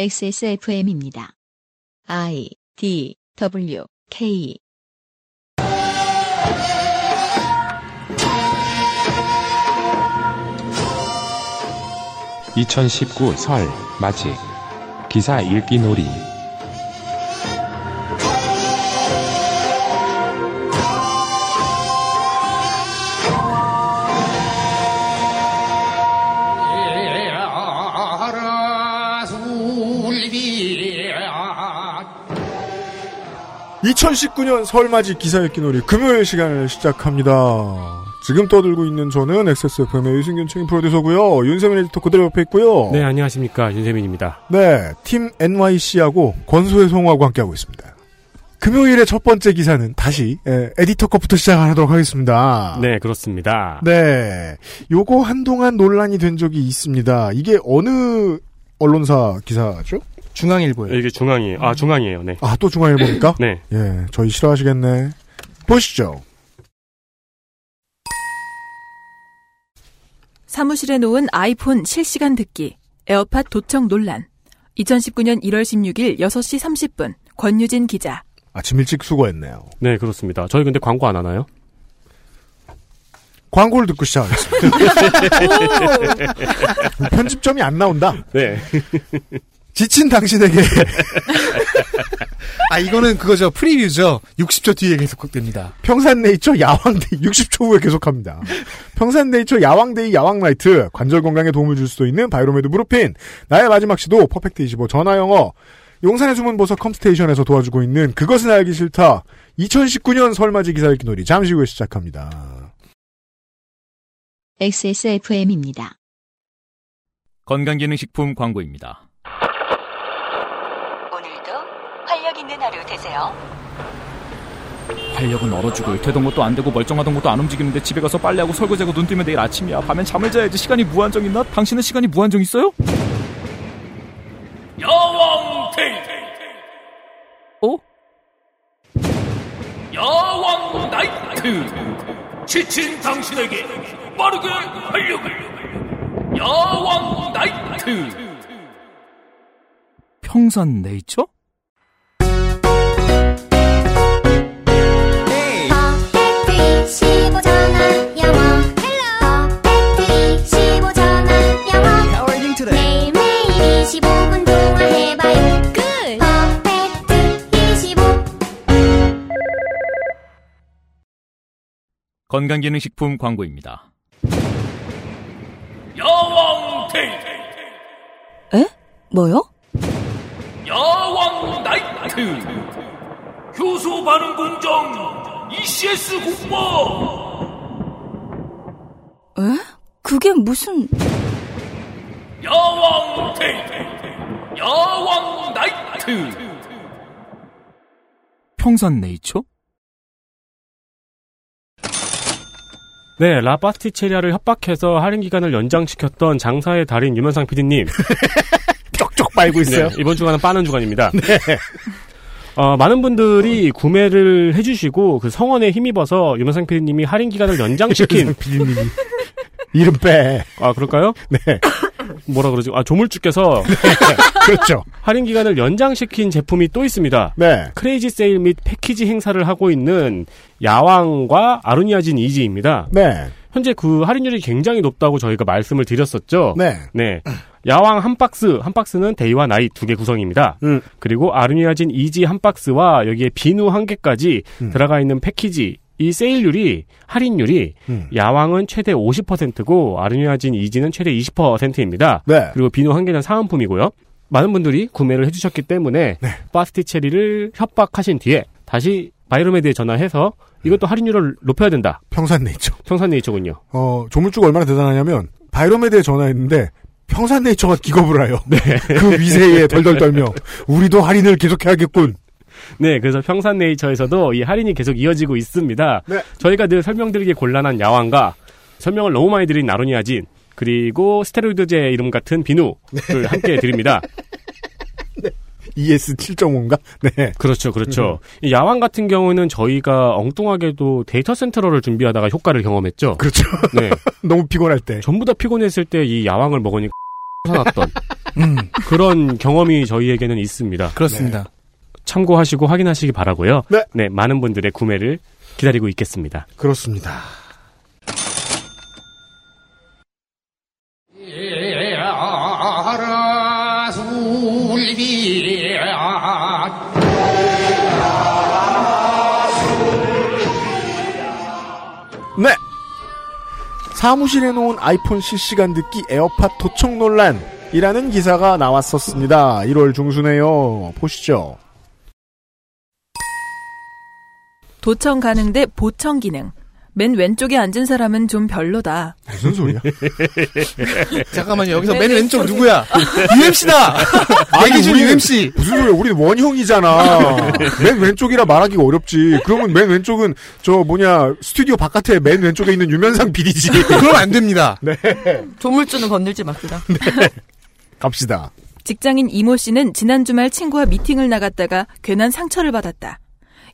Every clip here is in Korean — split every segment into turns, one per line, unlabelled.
XSFM입니다. I D W K
2019 설 맞이 기사 읽기 놀이
라술비앗
2019년 설맞이 기사읽기 놀이 금요일 시간을 시작합니다. 지금 떠들고 있는 저는 XSFM의 유승균 책임 프로듀서고요. 윤세민 에디터 그대로 옆에 있고요.
네, 안녕하십니까. 윤세민입니다.
네, 팀 NYC하고 권소의 송호하고 함께하고 있습니다. 금요일의 첫 번째 기사는 다시 에, 에디터 것부터 시작하도록 하겠습니다.
네,
아.
그렇습니다.
네, 요거 한동안 논란이 된 적이 있습니다. 이게 어느 언론사 기사죠?
네,
중앙일보예요.
이게 중앙이에요. 아, 중앙이에요. 네.
아, 또 중앙일보입니까?
네.
예, 저희 싫어하시겠네. 보시죠.
사무실에 놓은 아이폰 실시간 듣기, 에어팟 도청 논란. 2019년 1월 16일 6시 30분, 권유진 기자.
아침 일찍 수고했네요.
네, 그렇습니다. 저희 근데 광고 안 하나요?
광고를 듣고 시작하겠습니다. 편집점이 안 나온다.
네.
지친 당신에게
아 이거는 그거죠. 프리뷰죠. 60초 뒤에 계속됩니다.
평산네이처 야왕데이 60초 후에 계속합니다. 평산네이처 야왕데이 야왕라이트 관절 건강에 도움을 줄 수도 있는 바이로메드 무르핀 나의 마지막 시도 퍼펙트25 전화영어 용산의 숨은 보석 컴스테이션에서 도와주고 있는 그것은 알기 싫다 2019년 설맞이 기사 읽기 놀이 잠시 후에 시작합니다.
XSFM입니다.
건강기능식품 광고입니다.
오늘도 활력 있는 하루 되세요.
활력은 얼어 죽을 되던 것도 안 되고 멀쩡하던 것도 안 움직이는데 집에 가서 빨래하고 설거지하고 눈 뜨면 내일 아침이야. 밤엔 잠을 자야지 시간이 무한정 있나? 당신은 시간이 무한정 있어요? 여왕 테이 어? 여왕 나이트 지친 당신에게 빠르게 활력을 여왕 나이트 평산 네이처? 건강기능식품 광고입니다. 여왕 테이
에? 뭐요?
야왕 나이트 효소 반응 공정 ECS 공모
에? 그게 무슨...
야왕 테이트 야왕 나이트 평산 네이처
네, 라파스티체리아를 협박해서 할인 기간을 연장시켰던 장사의 달인 유면상 PD님.
쪽쪽 빨고 있어요. 네.
네, 이번 주간은 빠는 주간입니다. 어, 많은 분들이 구매를 해주시고 그 성원에 힘입어서 유면상 PD님이 할인 기간을 연장시킨
비디님 이름 빼.
아 그럴까요?
네,
뭐라 그러지? 아 조물주께서
그렇죠.
할인 기간을 연장시킨 제품이 또 있습니다.
네.
크레이지 세일 및 패키지 행사를 하고 있는 야왕과 아루니아진 이지입니다.
네,
현재 그 할인율이 굉장히 높다고 저희가 말씀을 드렸었죠.
네.
네. 야왕 한 박스, 한 박스는 데이와 나이 두 개 구성입니다.
음.
그리고 아르니아진 이지 한 박스와 여기에 비누 한 개까지
음.
들어가 있는 패키지 이 세일률이 할인율이
음.
야왕은 최대 50%고 아르니아진 이지는 최대 20%입니다.
네.
그리고 비누 한 개는 사은품이고요. 많은 분들이 구매를 해주셨기 때문에
네.
파스티체리를 협박하신 뒤에 다시 바이로메드에 전화해서 이것도 할인율을 높여야 된다.
평산네이처.
평산네이처군요.
어, 조물주가 얼마나 대단하냐면, 바이로메드에 전화했는데, 평산네이처가 기겁을 하여. 그 위세에 덜덜 떨며, 우리도 할인을 계속해야겠군.
네, 그래서 평산네이처에서도 이 할인이 계속 이어지고 있습니다.
네.
저희가 늘 설명드리기 곤란한 야왕과 설명을 너무 많이 드린 나로니아진 그리고 스테로이드제 이름 같은 비누를 함께 드립니다.
ES 7.5인가? E 네.
그렇죠, 그렇죠. 이 야왕 같은 경우는 저희가 엉뚱하게도 데이터 센트럴을 준비하다가 효과를 경험했죠.
그렇죠.
네,
너무 피곤할 때.
전부 다 피곤했을 때 이 야왕을 먹으니까 사놨던
음,
그런 경험이 저희에게는 있습니다.
그렇습니다.
참고하시고 확인하시기 바라고요.
네.
많은 분들의 구매를 기다리고 있겠습니다.
그렇습니다. 네. 사무실에 놓은 아이폰 실시간 듣기 에어팟 도청 논란이라는 기사가 나왔었습니다. 1월 중순에요. 보시죠.
도청 가능 대 보청 기능. 맨 왼쪽에 앉은 사람은 좀 별로다.
무슨 소리야?
잠깐만요. 여기서
맨
맨 왼쪽
왼쪽에.
누구야? UMC다. 얘기 중 UMC.
무슨 소리야? 우리는 원형이잖아. 맨 왼쪽이라 말하기가 어렵지. 그러면 맨 왼쪽은 저 뭐냐 스튜디오 바깥에 맨 왼쪽에 있는 유면상 비디지.
그럼 안 됩니다.
조물주는 건들지 맙시다.
갑시다.
직장인 이모 씨는 지난 주말 친구와 미팅을 나갔다가 괜한 상처를 받았다.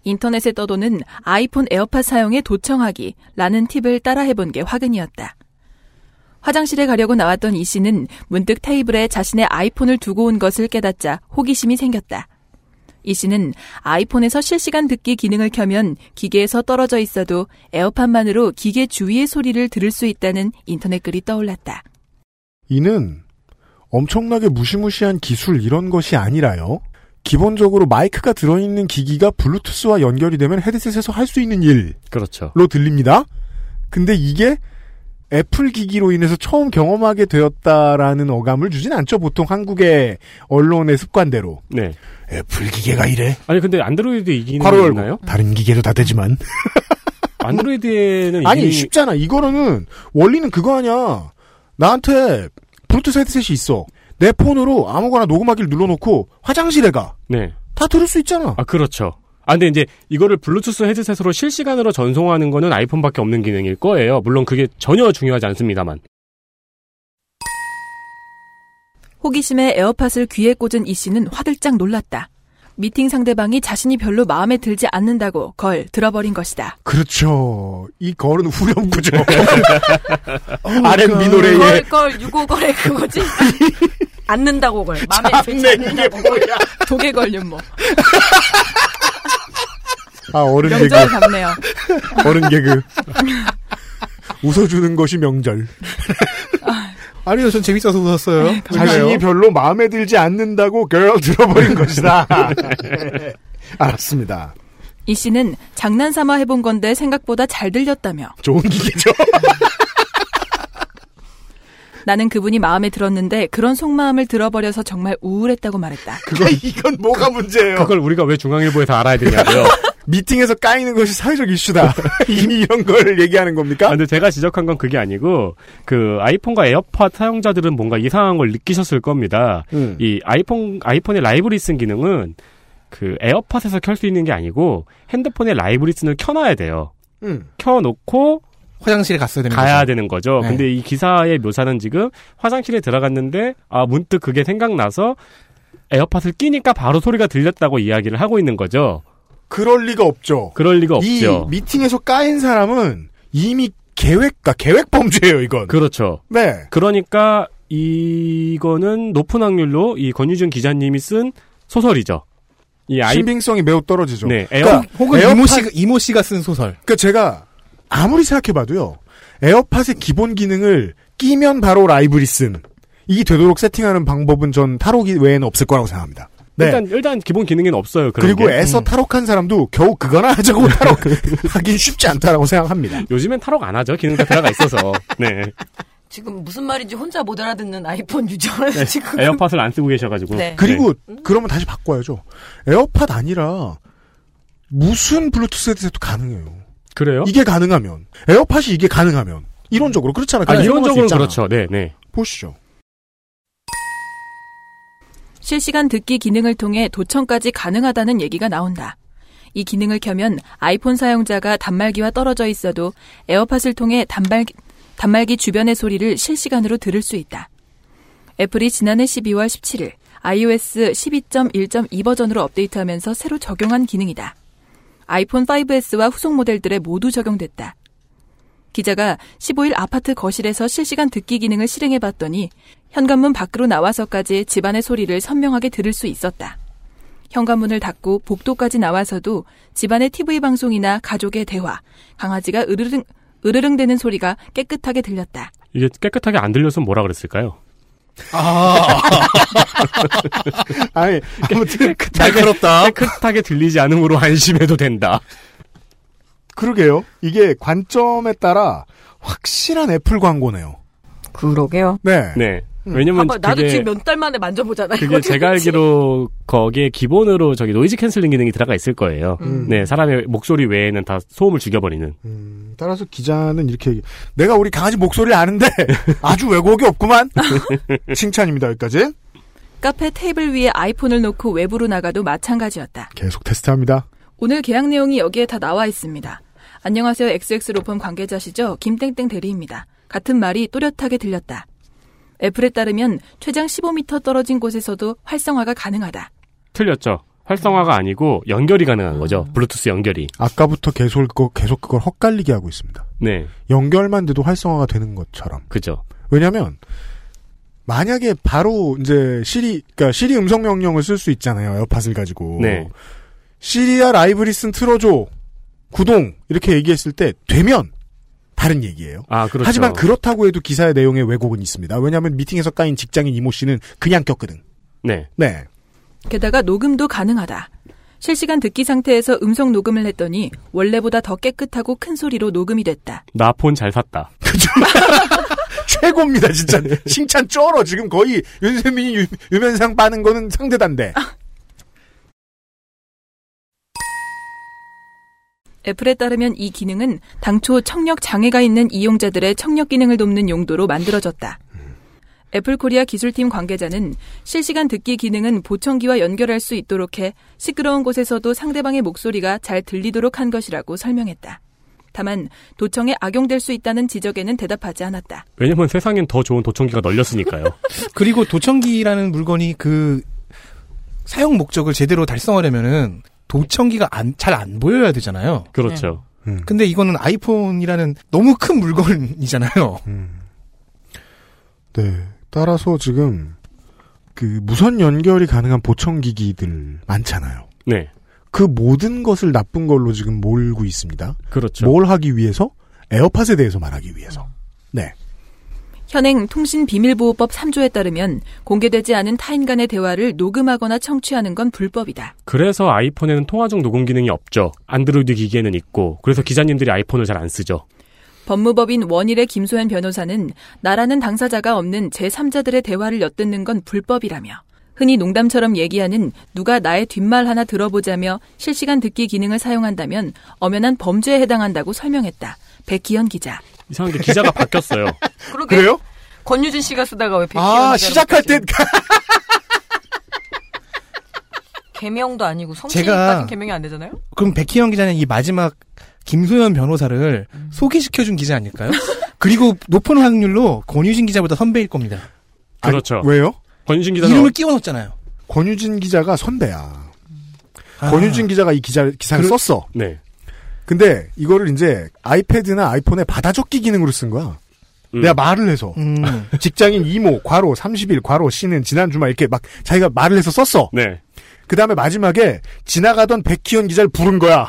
인터넷에 떠도는 아이폰 에어팟 사용에 도청하기 라는 팁을 따라해본 게 화근이었다. 화장실에 가려고 나왔던 이 씨는 문득 테이블에 자신의 아이폰을 두고 온 것을 깨닫자 호기심이 생겼다. 이 씨는 아이폰에서 실시간 듣기 기능을 켜면 기계에서 떨어져 있어도 에어팟만으로 기계 주위의 소리를 들을 수 있다는 인터넷 글이 떠올랐다.
이는 엄청나게 무시무시한 기술 이런 것이 아니라요. 기본적으로 마이크가 들어있는 기기가 블루투스와 연결이 되면 헤드셋에서 할 수 있는 일로
그렇죠.
들립니다. 근데 이게 애플 기기로 인해서 처음 경험하게 되었다라는 어감을 주진 않죠. 보통 한국의 언론의 습관대로.
네.
애플 기계가 이래?
아니 근데 안드로이드 이기는
괄호
게
열고.
있나요?
음, 다른 기계도 다 되지만.
안드로이드에는 이기
아니 쉽잖아. 이거는 원리는 그거 아니야. 나한테 블루투스 헤드셋이 있어. 내 폰으로 아무거나 녹음하기를 눌러놓고 화장실에 가.
네.
다 들을 수 있잖아.
아 그렇죠. 아 근데 이제 이거를 블루투스 헤드셋으로 실시간으로 전송하는 거는 아이폰밖에 없는 기능일 거예요. 물론 그게 전혀 중요하지 않습니다만.
호기심에 에어팟을 귀에 꽂은 이 씨는 화들짝 놀랐다. 미팅 상대방이 자신이 별로 마음에 들지 않는다고 걸 들어버린 것이다.
그렇죠. 이 걸은 후렴구죠. R&B 노래에
걸걸 유고걸의 그거지. 앉는다고 걸. 마음에 들지
참내 이게
않는다고.
뭐야.
독에 걸린 뭐.
아 어른 개그.
명절 같네요.
어른 개그. 웃어주는 것이 명절.
아니요, 전 재밌어서 웃었어요.
자신이 별로 마음에 들지 않는다고 girl 들어버린 것이다. 알았습니다.
이 씨는 장난삼아 해본 건데 생각보다 잘 들렸다며
좋은 기계죠.
나는 그분이 마음에 들었는데 그런 속마음을 들어버려서 정말 우울했다고 말했다.
이건 뭐가 문제예요?
그걸 우리가 왜 중앙일보에서 알아야 되냐고요.
미팅에서 까이는 것이 사회적 이슈다. 이미 이런 걸 얘기하는
아,
겁니까?
근데 제가 지적한 건 그게 아니고 그 아이폰과 에어팟 사용자들은 뭔가 이상한 걸 느끼셨을 겁니다.
음.
이 아이폰 아이폰의 라이브리 쓴 기능은 그 에어팟에서 켤 수 있는 게 아니고 핸드폰에 라이브리 쓴을 켜놔야 돼요.
음.
켜놓고
화장실에 갔어야 됩니다.
가야 되는 거죠.
네.
근데 이 기사의 묘사는 지금 화장실에 들어갔는데 아 문득 그게 생각나서 에어팟을 끼니까 바로 소리가 들렸다고 이야기를 하고 있는 거죠.
그럴 리가 없죠.
그럴 리가
이
없죠.
미팅에서 까인 사람은 이미 계획가 계획 범죄예요 이건.
그렇죠.
네.
그러니까 이거는 높은 확률로 이 권유준 기자님이 쓴 소설이죠. 이 아이
신빙성이 매우 떨어지죠.
네 에어
그러니까
혹은
에어팟-
이모 씨가, 이모 씨가 쓴 소설.
그러니까 제가 아무리 생각해봐도요 에어팟의 기본 기능을 끼면 바로 라이브리슨 이 되도록 세팅하는 방법은 전 타로기 외에는 없을 거라고 생각합니다. 네.
일단 일단 기본 기능은 없어요. 그런
그리고
게. 음.
애써 타록한 사람도 겨우 그거나 하자고 타록 하긴 쉽지 않다라고 생각합니다.
요즘엔 탈옥 안 하죠. 기능 다 들어가 있어서. 네.
지금 무슨 말인지 혼자 못 알아듣는 아이폰 유저는
네.
지금.
에어팟을 안 쓰고 계셔가지고.
네.
네, 그리고
음.
그러면 다시 바꿔야죠. 에어팟 아니라 무슨 블루투스 헤드셋도 가능해요.
그래요?
이게 가능하면 에어팟이 이게 가능하면 이론적으로 그렇잖아요.
아,
그냥
이론적으로
있잖아.
그렇죠. 네, 네.
보시죠.
실시간 듣기 기능을 통해 도청까지 가능하다는 얘기가 나온다. 이 기능을 켜면 아이폰 사용자가 단말기와 떨어져 있어도 에어팟을 통해 단말기, 단말기 주변의 소리를 실시간으로 들을 수 있다. 애플이 지난해 12월 17일 iOS 12.1.2 버전으로 업데이트하면서 새로 적용한 기능이다. 아이폰 5S와 후속 모델들에 모두 적용됐다. 기자가 15일 아파트 거실에서 실시간 듣기 기능을 실행해 봤더니 현관문 밖으로 나와서까지 집안의 소리를 선명하게 들을 수 있었다. 현관문을 닫고 복도까지 나와서도 집안의 TV 방송이나 가족의 대화, 강아지가 으르릉 으르릉대는 소리가 깨끗하게 들렸다.
이게 깨끗하게 안 들려서 뭐라 그랬을까요?
아니, 아무튼,
날카롭다.
깨끗하게 들리지 않음으로 안심해도 된다.
그러게요. 이게 관점에 따라 확실한 애플 광고네요.
그러게요.
네.
네.
음.
왜냐면
봐봐, 나도
그게
지금 몇 달 만에 만져보잖아.
그게
이거
제가
도대체.
알기로 거기에 기본으로 저기 노이즈 캔슬링 기능이 들어가 있을 거예요.
음.
네, 사람의 목소리 외에는 다 소음을 죽여버리는.
음, 따라서 기자는 이렇게 얘기- 내가 우리 강아지 목소리를 아는데 아주 왜곡이 없구만. 칭찬입니다. 여기까지.
카페 테이블 위에 아이폰을 놓고 외부로 나가도 마찬가지였다.
계속 테스트합니다.
오늘 계약 내용이 여기에 다 나와 있습니다. 안녕하세요. XX로펌 관계자시죠? 김땡땡 대리입니다. 같은 말이 또렷하게 들렸다. 애플에 따르면 최장 15m 떨어진 곳에서도 활성화가 가능하다.
틀렸죠. 활성화가 아니고 연결이 가능한
아.
거죠. 블루투스 연결이.
아까부터 계속 그거 계속 그걸 헛갈리게 하고 있습니다.
네,
연결만 돼도 활성화가 되는 것처럼.
그죠.
왜냐면 만약에 바로 이제 시리 그러니까 시리 음성 명령을 쓸 수 있잖아요. 에어팟을 가지고.
네.
시리아 라이브 리슨 틀어줘. 구동 이렇게 얘기했을 때 되면 다른 얘기예요.
아, 그렇죠.
하지만 그렇다고 해도 기사의 내용에 왜곡은 있습니다. 왜냐하면 미팅에서 까인 직장인 이모 씨는 그냥 꼈거든.
네,
네.
게다가 녹음도 가능하다. 실시간 듣기 상태에서 음성 녹음을 했더니 원래보다 더 깨끗하고 큰 소리로 녹음이 됐다.
나 폰 잘 샀다.
최고입니다, 진짜.
네.
칭찬 쩔어. 지금 거의 윤세민이 유, 유면상 빠는 거는 상대단데.
애플에 따르면 이 기능은 당초 청력 장애가 있는 이용자들의 청력 기능을 돕는 용도로 만들어졌다. 애플 코리아 기술팀 관계자는 실시간 듣기 기능은 보청기와 연결할 수 있도록 해 시끄러운 곳에서도 상대방의 목소리가 잘 들리도록 한 것이라고 설명했다. 다만 도청에 악용될 수 있다는 지적에는 대답하지 않았다.
왜냐면 세상엔 더 좋은 도청기가 널렸으니까요.
그리고 도청기라는 물건이 그 사용 목적을 제대로 달성하려면은 도청기가 잘 안 보여야 되잖아요.
그렇죠.
근데 이거는 아이폰이라는 너무 큰 물건이잖아요.
네. 따라서 지금 그 무선 연결이 가능한 보청기기들 많잖아요.
네,
그 모든 것을 나쁜 걸로 지금 몰고 있습니다.
그렇죠.
뭘 하기 위해서? 에어팟에 대해서 말하기 위해서. 네.
현행 통신비밀보호법 3조에 따르면 공개되지 않은 타인 간의 대화를 녹음하거나 청취하는 건 불법이다.
그래서 아이폰에는 통화 중 녹음 기능이 없죠. 안드로이드 기기에는 있고, 그래서 기자님들이 아이폰을 잘 안 쓰죠.
법무법인 원일의 김소연 변호사는 나라는 당사자가 없는 제3자들의 대화를 엿듣는 건 불법이라며 흔히 농담처럼 얘기하는 누가 나의 뒷말 하나 들어보자며 실시간 듣기 기능을 사용한다면 엄연한 범죄에 해당한다고 설명했다. 백기현 기자.
이상한 게 기자가 바뀌었어요.
그러게. 권유진 씨가 쓰다가 왜 백기현
아,
기자로
시작할 때
바뀌었지? 개명도 아니고
제가-
성씨까지 개명이 안 되잖아요.
그럼 백희영 기자는 이 마지막 김소연 변호사를 소개시켜준 기자 아닐까요? 그리고 높은 확률로 권유진 기자보다 선배일 겁니다.
아니,
그렇죠.
왜요?
권유진 기자는 어,
이름을 끼워 넣었잖아요.
권유진 기자가 선배야.
아,
권유진 기자가 이 기자, 기사를
그러-
썼어.
네.
근데 이거를 이제 아이패드나 아이폰에 받아 적기 기능으로 쓴 거야.
음.
내가 말을 해서.
음,
직장인 이모, 과로, 30일, 과로, 씨는 지난 주말 이렇게 막 자기가 말을 해서 썼어.
네.
그 다음에 마지막에 지나가던 백희연 기자를 부른 거야.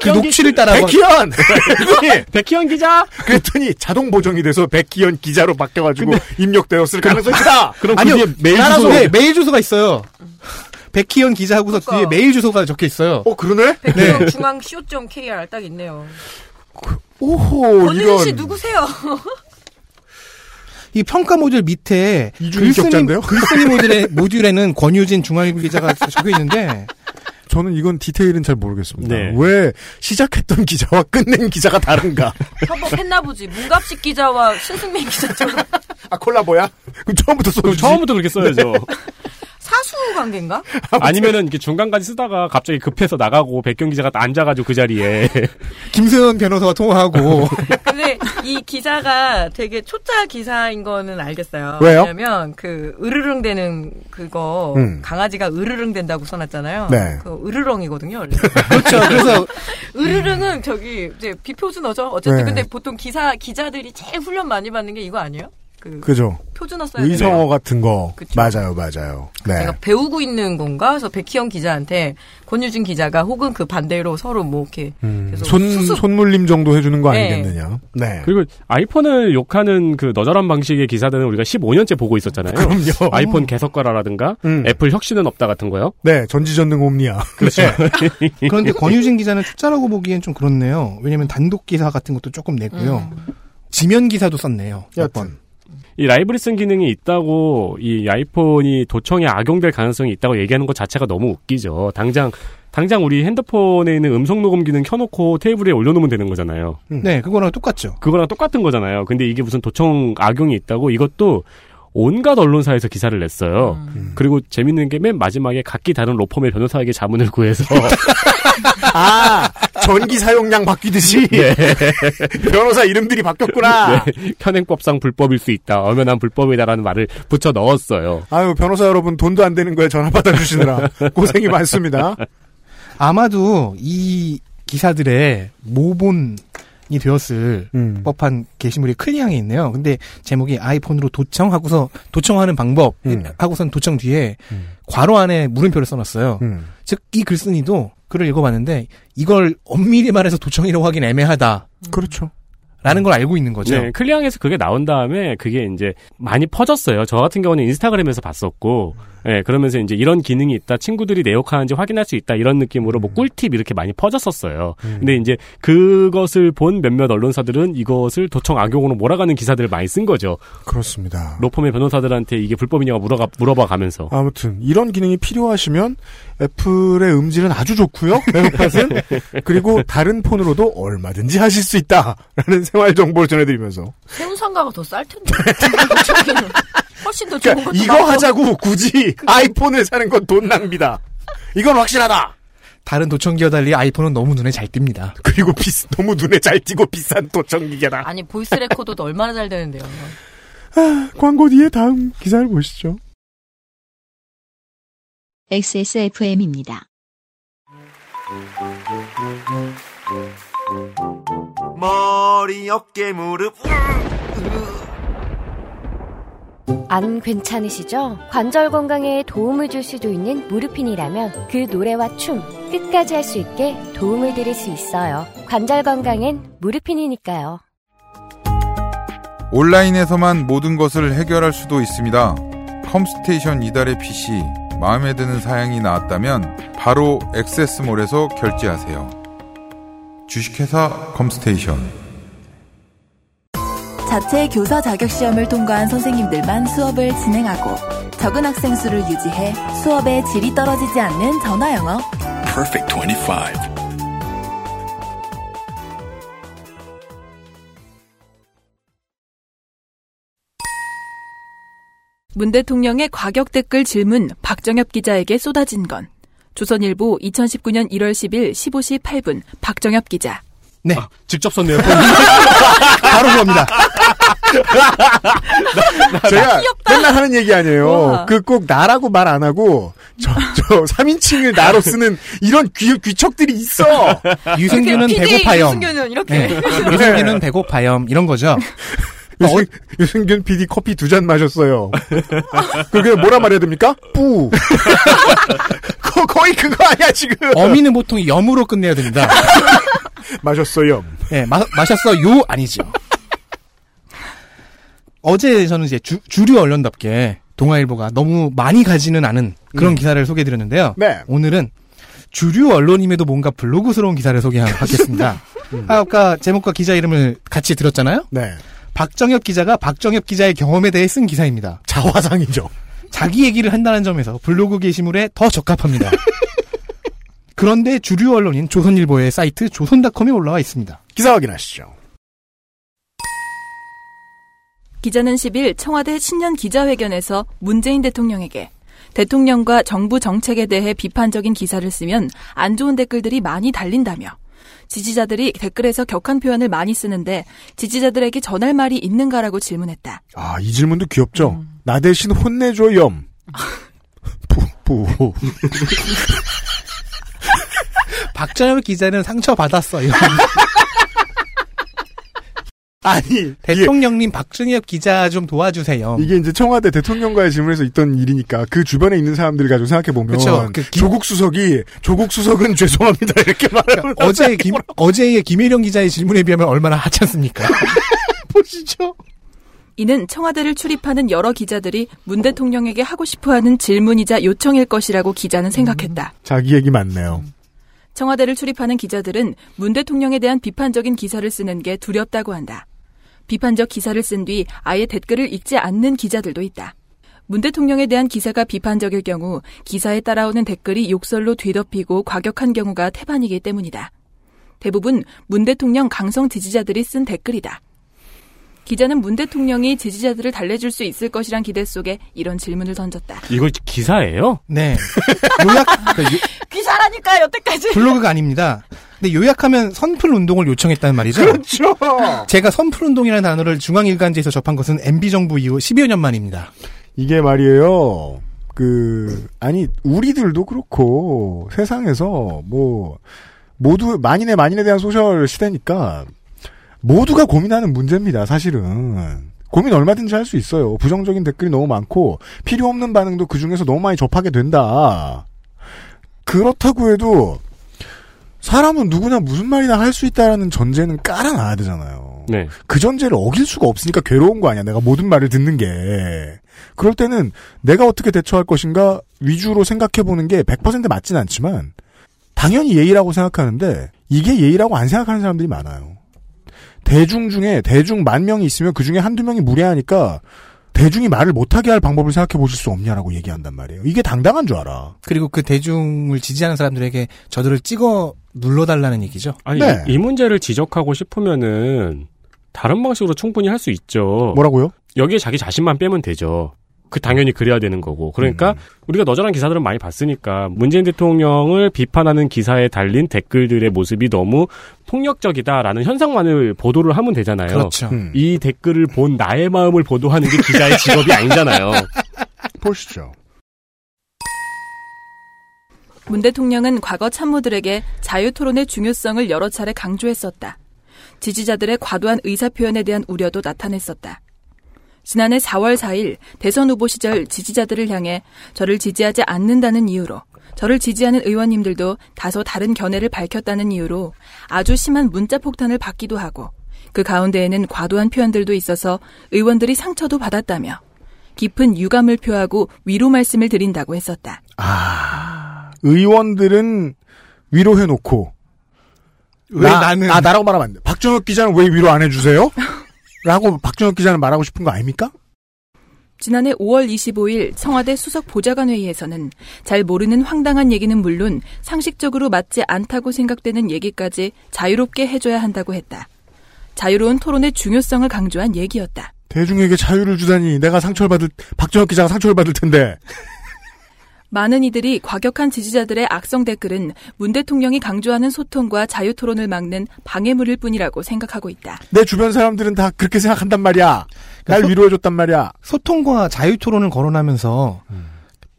그 녹취를 따라가
백희연! 그랬더니,
백희영 기자!
그랬더니 자동 보정이 돼서 백희연 기자로 바뀌어가지고 입력되었을 가능성이 있다!
그럼 그
아니요,
뒤에 메일
따라서
주소.
네, 메일 주소가 있어요. 백희연 기자 하고서
그러니까.
뒤에 메일 주소가 적혀 있어요.
어, 그러네?
백기현 중앙 co.kr 딱 있네요.
오호,
권유진 씨
어, 이런.
누구세요?
이 평가 모듈 밑에
이중인 격자인데요?
글쓴이 모듈에, 모듈에는 권유진 중앙일보 기자가 적혀 있는데
저는 이건 디테일은 잘 모르겠습니다.
네.
왜 시작했던 기자와 끝낸 기자가 다른가?
협업했나 보지. 문갑식 기자와 신승민 기자처럼
아, 콜라보야? 그럼 처음부터
그럼
써주지.
처음부터 그렇게
네.
써야죠.
사수 관계인가?
아니면은 이렇게 중간까지 쓰다가 갑자기 급해서 나가고 백경 기자가 또 앉아가지고 그 자리에
김세현 변호사와 통화하고
근데 이 기사가 되게 초짜 기사인 거는 알겠어요.
왜요?
왜냐면 그 으르릉대는 그거
음.
강아지가 으르릉된다고 써놨잖아요.
네.
그 으르렁이거든요. 원래.
그렇죠. 그래서
으르릉은 저기 이제 비표준어죠. 어쨌든
네.
근데 보통 기사 기자들이 제일 훈련 많이 받는 게 이거 아니에요? 그
그죠.
표준어 써야 되는
네.
의성어 같은 거.
네. 그쵸.
맞아요, 맞아요. 네.
제가 배우고 있는 건가? 그래서 백희영 기자한테 권유진 기자가 혹은 그 반대로 서로 뭐 이렇게 계속
손,
수습.
손물림 정도 해주는 거
네.
아니겠느냐. 네.
그리고 아이폰을 욕하는 그 너절한 방식의 기사들은 우리가 15년째 보고 있었잖아요.
그럼요.
아이폰 개석가라라든가
음.
애플 혁신은 없다 같은 거요.
네, 전지전능 옴니아. 그렇죠.
그런데 권유진 기자는 초짜라고 보기엔 좀 그렇네요. 왜냐면 단독 기사 같은 것도 조금 내고요. 지면 기사도 썼네요. 몇 번.
여튼.
이 라이브리슨 기능이 있다고 이 아이폰이 도청에 악용될 가능성이 있다고 얘기하는 것 자체가 너무 웃기죠. 당장 당장 우리 핸드폰에 있는 음성 녹음 기능 켜놓고 테이블에 올려놓으면 되는 거잖아요.
네, 그거랑 똑같죠.
그거랑 똑같은 거잖아요. 근데 이게 무슨 도청 악용이 있다고 이것도 온갖 언론사에서 기사를 냈어요. 그리고 재밌는 게 맨 마지막에 각기 다른 로펌의 변호사에게 자문을 구해서
아, 전기 사용량 바뀌듯이. 변호사 이름들이 바뀌었구나.
네, 현행법상 불법일 수 있다. 엄연한 불법이다라는 말을 붙여 넣었어요.
아유, 변호사 여러분, 돈도 안 되는 거에 전화 받아주시느라 고생이 많습니다.
아마도 이 기사들의 모본이 되었을
음.
법한 게시물이 클리앙에 있네요. 근데 제목이 아이폰으로 도청하고서 도청하는 방법
음.
하고선 도청 뒤에 괄호 안에 물음표를 써놨어요.
음.
즉 이 글쓴이도 글을 읽어봤는데 이걸 엄밀히 말해서 도청이라고 하긴 애매하다라는
그렇죠.
걸 알고 있는 거죠.
네, 클리앙에서 그게 나온 다음에 그게 이제 많이 퍼졌어요. 저 같은 경우는 인스타그램에서 봤었고, 예, 그러면서 이제 이런 기능이 있다, 친구들이 내역하는지 확인할 수 있다, 이런 느낌으로 뭐 꿀팁 이렇게 많이 퍼졌었어요. 근데 이제 그것을 본 몇몇 언론사들은 이것을 도청 악용으로 몰아가는 기사들을 많이 쓴 거죠.
그렇습니다.
로펌의 변호사들한테 이게 불법이냐고 물어가, 물어봐 가면서.
아무튼 이런 기능이 필요하시면 애플의 음질은 아주 좋고요. 에어팟은 그리고 다른 폰으로도 얼마든지 하실 수 있다라는 생활 정보를 전해드리면서
새우 상가가 더 쌀 텐데. 훨씬 더 좋은
그러니까
것도
이거
많고.
하자고 굳이 아이폰을 사는 건 돈 낭비다. 이건 확실하다.
다른 도청기와 달리 아이폰은 너무 눈에 잘 띕니다.
그리고 비, 너무 눈에 잘 띄고 비싼 도청기계다.
아니 보이스 레코더도 얼마나 잘 되는데요.
광고 뒤에 다음 기사를 보시죠.
XSFM입니다.
머리 어깨 무릎
안 괜찮으시죠? 관절 건강에 도움을 줄 수도 있는 무르핀이라면 그 노래와 춤 끝까지 할 수 있게 도움을 드릴 수 있어요. 관절 건강엔 무르핀이니까요.
온라인에서만 모든 것을 해결할 수도 있습니다. 컴스테이션 이달의 PC 마음에 드는 사양이 나왔다면 바로 액세스몰에서 결제하세요. 주식회사 컴스테이션
자체 교사 자격 시험을 통과한 선생님들만 수업을 진행하고 적은 학생 수를 유지해 수업의 질이 떨어지지 않는 전화 영어.
Perfect 25
문 대통령의 과격 댓글 질문 박정엽 기자에게 쏟아진 건 조선일보 2019년 1월 10일 15시 8분 박정엽 기자
네,
직접 썼네요.
바로 그겁니다.
제가 맨날 하는 얘기 아니에요.
우와.
그 꼭 나라고 말 안 하고 저, 저 3인칭을 나로 쓰는 이런 귀, 귀척들이 있어.
유승규는
이렇게 PD
배고파염.
유승균은 이렇게
네, 유승규는 배고파염 이런 거죠. 어?
유승, 유승균 PD 커피 두 잔 마셨어요. 그게 뭐라 말해야 됩니까? 뿌. 거, 거의 그거 아니야 지금.
어미는 보통 염으로 끝내야 됩니다.
마셨어요.
네, 마, 마셨어요 아니죠. 어제 저는 이제 주, 주류 언론답게 동아일보가 너무 많이 가지는 않은 그런 기사를 소개해드렸는데요.
네.
오늘은 주류 언론임에도 뭔가 블로그스러운 기사를 소개하겠습니다. 아, 아까 제목과 기자 이름을 같이 들었잖아요.
네.
박정엽 기자가 박정엽 기자의 경험에 대해 쓴 기사입니다.
자화상이죠.
자기 얘기를 한다는 점에서 블로그 게시물에 더 적합합니다. 그런데 주류 언론인 조선일보의 사이트 조선닷컴에 올라와 있습니다.
기사 확인하시죠.
기자는 10일 청와대 신년 기자회견에서 문재인 대통령에게 대통령과 정부 정책에 대해 비판적인 기사를 쓰면 안 좋은 댓글들이 많이 달린다며 지지자들이 댓글에서 격한 표현을 많이 쓰는데 지지자들에게 전할 말이 있는가라고 질문했다.
아, 이 질문도 귀엽죠?
음.
나 대신 혼내줘, 염. 푸푸.
박정현 기자는 상처받았어요.
예.
아니, 대통령님 박정엽 기자 좀 도와주세요.
이게 이제 청와대 대통령과의 질문에서 있던 일이니까 그 주변에 있는 사람들 가지고 생각해보면.
그쵸. 그 김-
조국 수석이, 조국 수석은 죄송합니다. 이렇게 말하면.
그러니까 어제 김, 어제의 김일영 기자의 질문에 비하면 얼마나 하찮습니까
보시죠.
이는 청와대를 출입하는 여러 기자들이 문 대통령에게 하고 싶어하는 질문이자 요청일 것이라고 기자는 생각했다.
자기 얘기 맞네요.
청와대를 출입하는 기자들은 문 대통령에 대한 비판적인 기사를 쓰는 게 두렵다고 한다. 비판적 기사를 쓴 뒤 아예 댓글을 읽지 않는 기자들도 있다. 문 대통령에 대한 기사가 비판적일 경우 기사에 따라오는 댓글이 욕설로 뒤덮이고 과격한 경우가 태반이기 때문이다. 대부분 문 대통령 강성 지지자들이 쓴 댓글이다. 기자는 문 대통령이 지지자들을 달래줄 수 있을 것이란 기대 속에 이런 질문을 던졌다.
이걸 기사예요?
네. 요약, 그 요-
기사라니까 여태까지.
블로그가 아닙니다. 근데 요약하면 선풀 운동을 요청했다는 말이죠.
그렇죠.
제가 선풀 운동이라는 단어를 중앙일간지에서 접한 것은 MB 정부 이후 10여 년 만입니다.
이게 말이에요. 그 아니 우리들도 그렇고 세상에서 뭐 모두 만인의 만인에 대한 소셜 시대니까 모두가 고민하는 문제입니다. 사실은 고민 얼마든지 할 수 있어요. 부정적인 댓글이 너무 많고 필요 없는 반응도 그 중에서 너무 많이 접하게 된다. 그렇다고 해도 사람은 누구나 무슨 말이나 할 수 있다라는 전제는 깔아놔야 되잖아요.
네.
그 전제를 어길 수가 없으니까 괴로운 거 아니야. 내가 모든 말을 듣는 게. 그럴 때는 내가 어떻게 대처할 것인가 위주로 생각해보는 게 100% 맞진 않지만, 당연히 예의라고 생각하는데, 이게 예의라고 안 생각하는 사람들이 많아요. 대중 중에, 대중 만 명이 있으면 그 중에 한두 명이 무례하니까, 대중이 말을 못하게 할 방법을 생각해보실 수 없냐라고 얘기한단 말이에요. 이게 당당한 줄 알아.
그리고 그 대중을 지지하는 사람들에게 저들을 찍어 눌러달라는 얘기죠.
아니
네.
이, 이 문제를 지적하고 싶으면은 다른 방식으로 충분히 할 수 있죠.
뭐라고요?
여기에 자기 자신만 빼면 되죠. 그 당연히 그래야 되는 거고. 그러니까 우리가 너저런 기사들은 많이 봤으니까 문재인 대통령을 비판하는 기사에 달린 댓글들의 모습이 너무 폭력적이다라는 현상만을 보도를 하면 되잖아요.
그렇죠.
음,
이 댓글을 본 나의 마음을 보도하는 게 기자의 직업이 아니잖아요.
보시죠.
문 대통령은 과거 참모들에게 자유토론의 중요성을 여러 차례 강조했었다. 지지자들의 과도한 의사표현에 대한 우려도 나타냈었다. 지난해 4월 4일 대선 후보 시절 지지자들을 향해 저를 지지하지 않는다는 이유로 저를 지지하는 의원님들도 다소 다른 견해를 밝혔다는 이유로 아주 심한 문자 폭탄을 받기도 하고 그 가운데에는 과도한 표현들도 있어서 의원들이 상처도 받았다며 깊은 유감을 표하고 위로 말씀을 드린다고 했었다.
의원들은 위로해놓고,
왜
나,
나는
아 나라고 말하면 안 돼. 박정혁 기자는 왜 위로 안 해주세요? 라고 박정혁 기자는 말하고 싶은 거 아닙니까?
지난해 5월 25일 청와대 수석 보좌관 회의에서는 잘 모르는 황당한 얘기는 물론 상식적으로 맞지 않다고 생각되는 얘기까지 자유롭게 해줘야 한다고 했다. 자유로운 토론의 중요성을 강조한 얘기였다.
대중에게 자유를 주다니 내가 상처를 받을 박정혁 기자가 상처를 받을 텐데
많은 이들이 과격한 지지자들의 악성 댓글은 문 대통령이 강조하는 소통과 자유 토론을 막는 방해물일 뿐이라고 생각하고 있다.
내 주변 사람들은 다 그렇게 생각한단 말이야. 날
그래서-
위로해줬단 말이야.
소통과 자유 토론을 거론하면서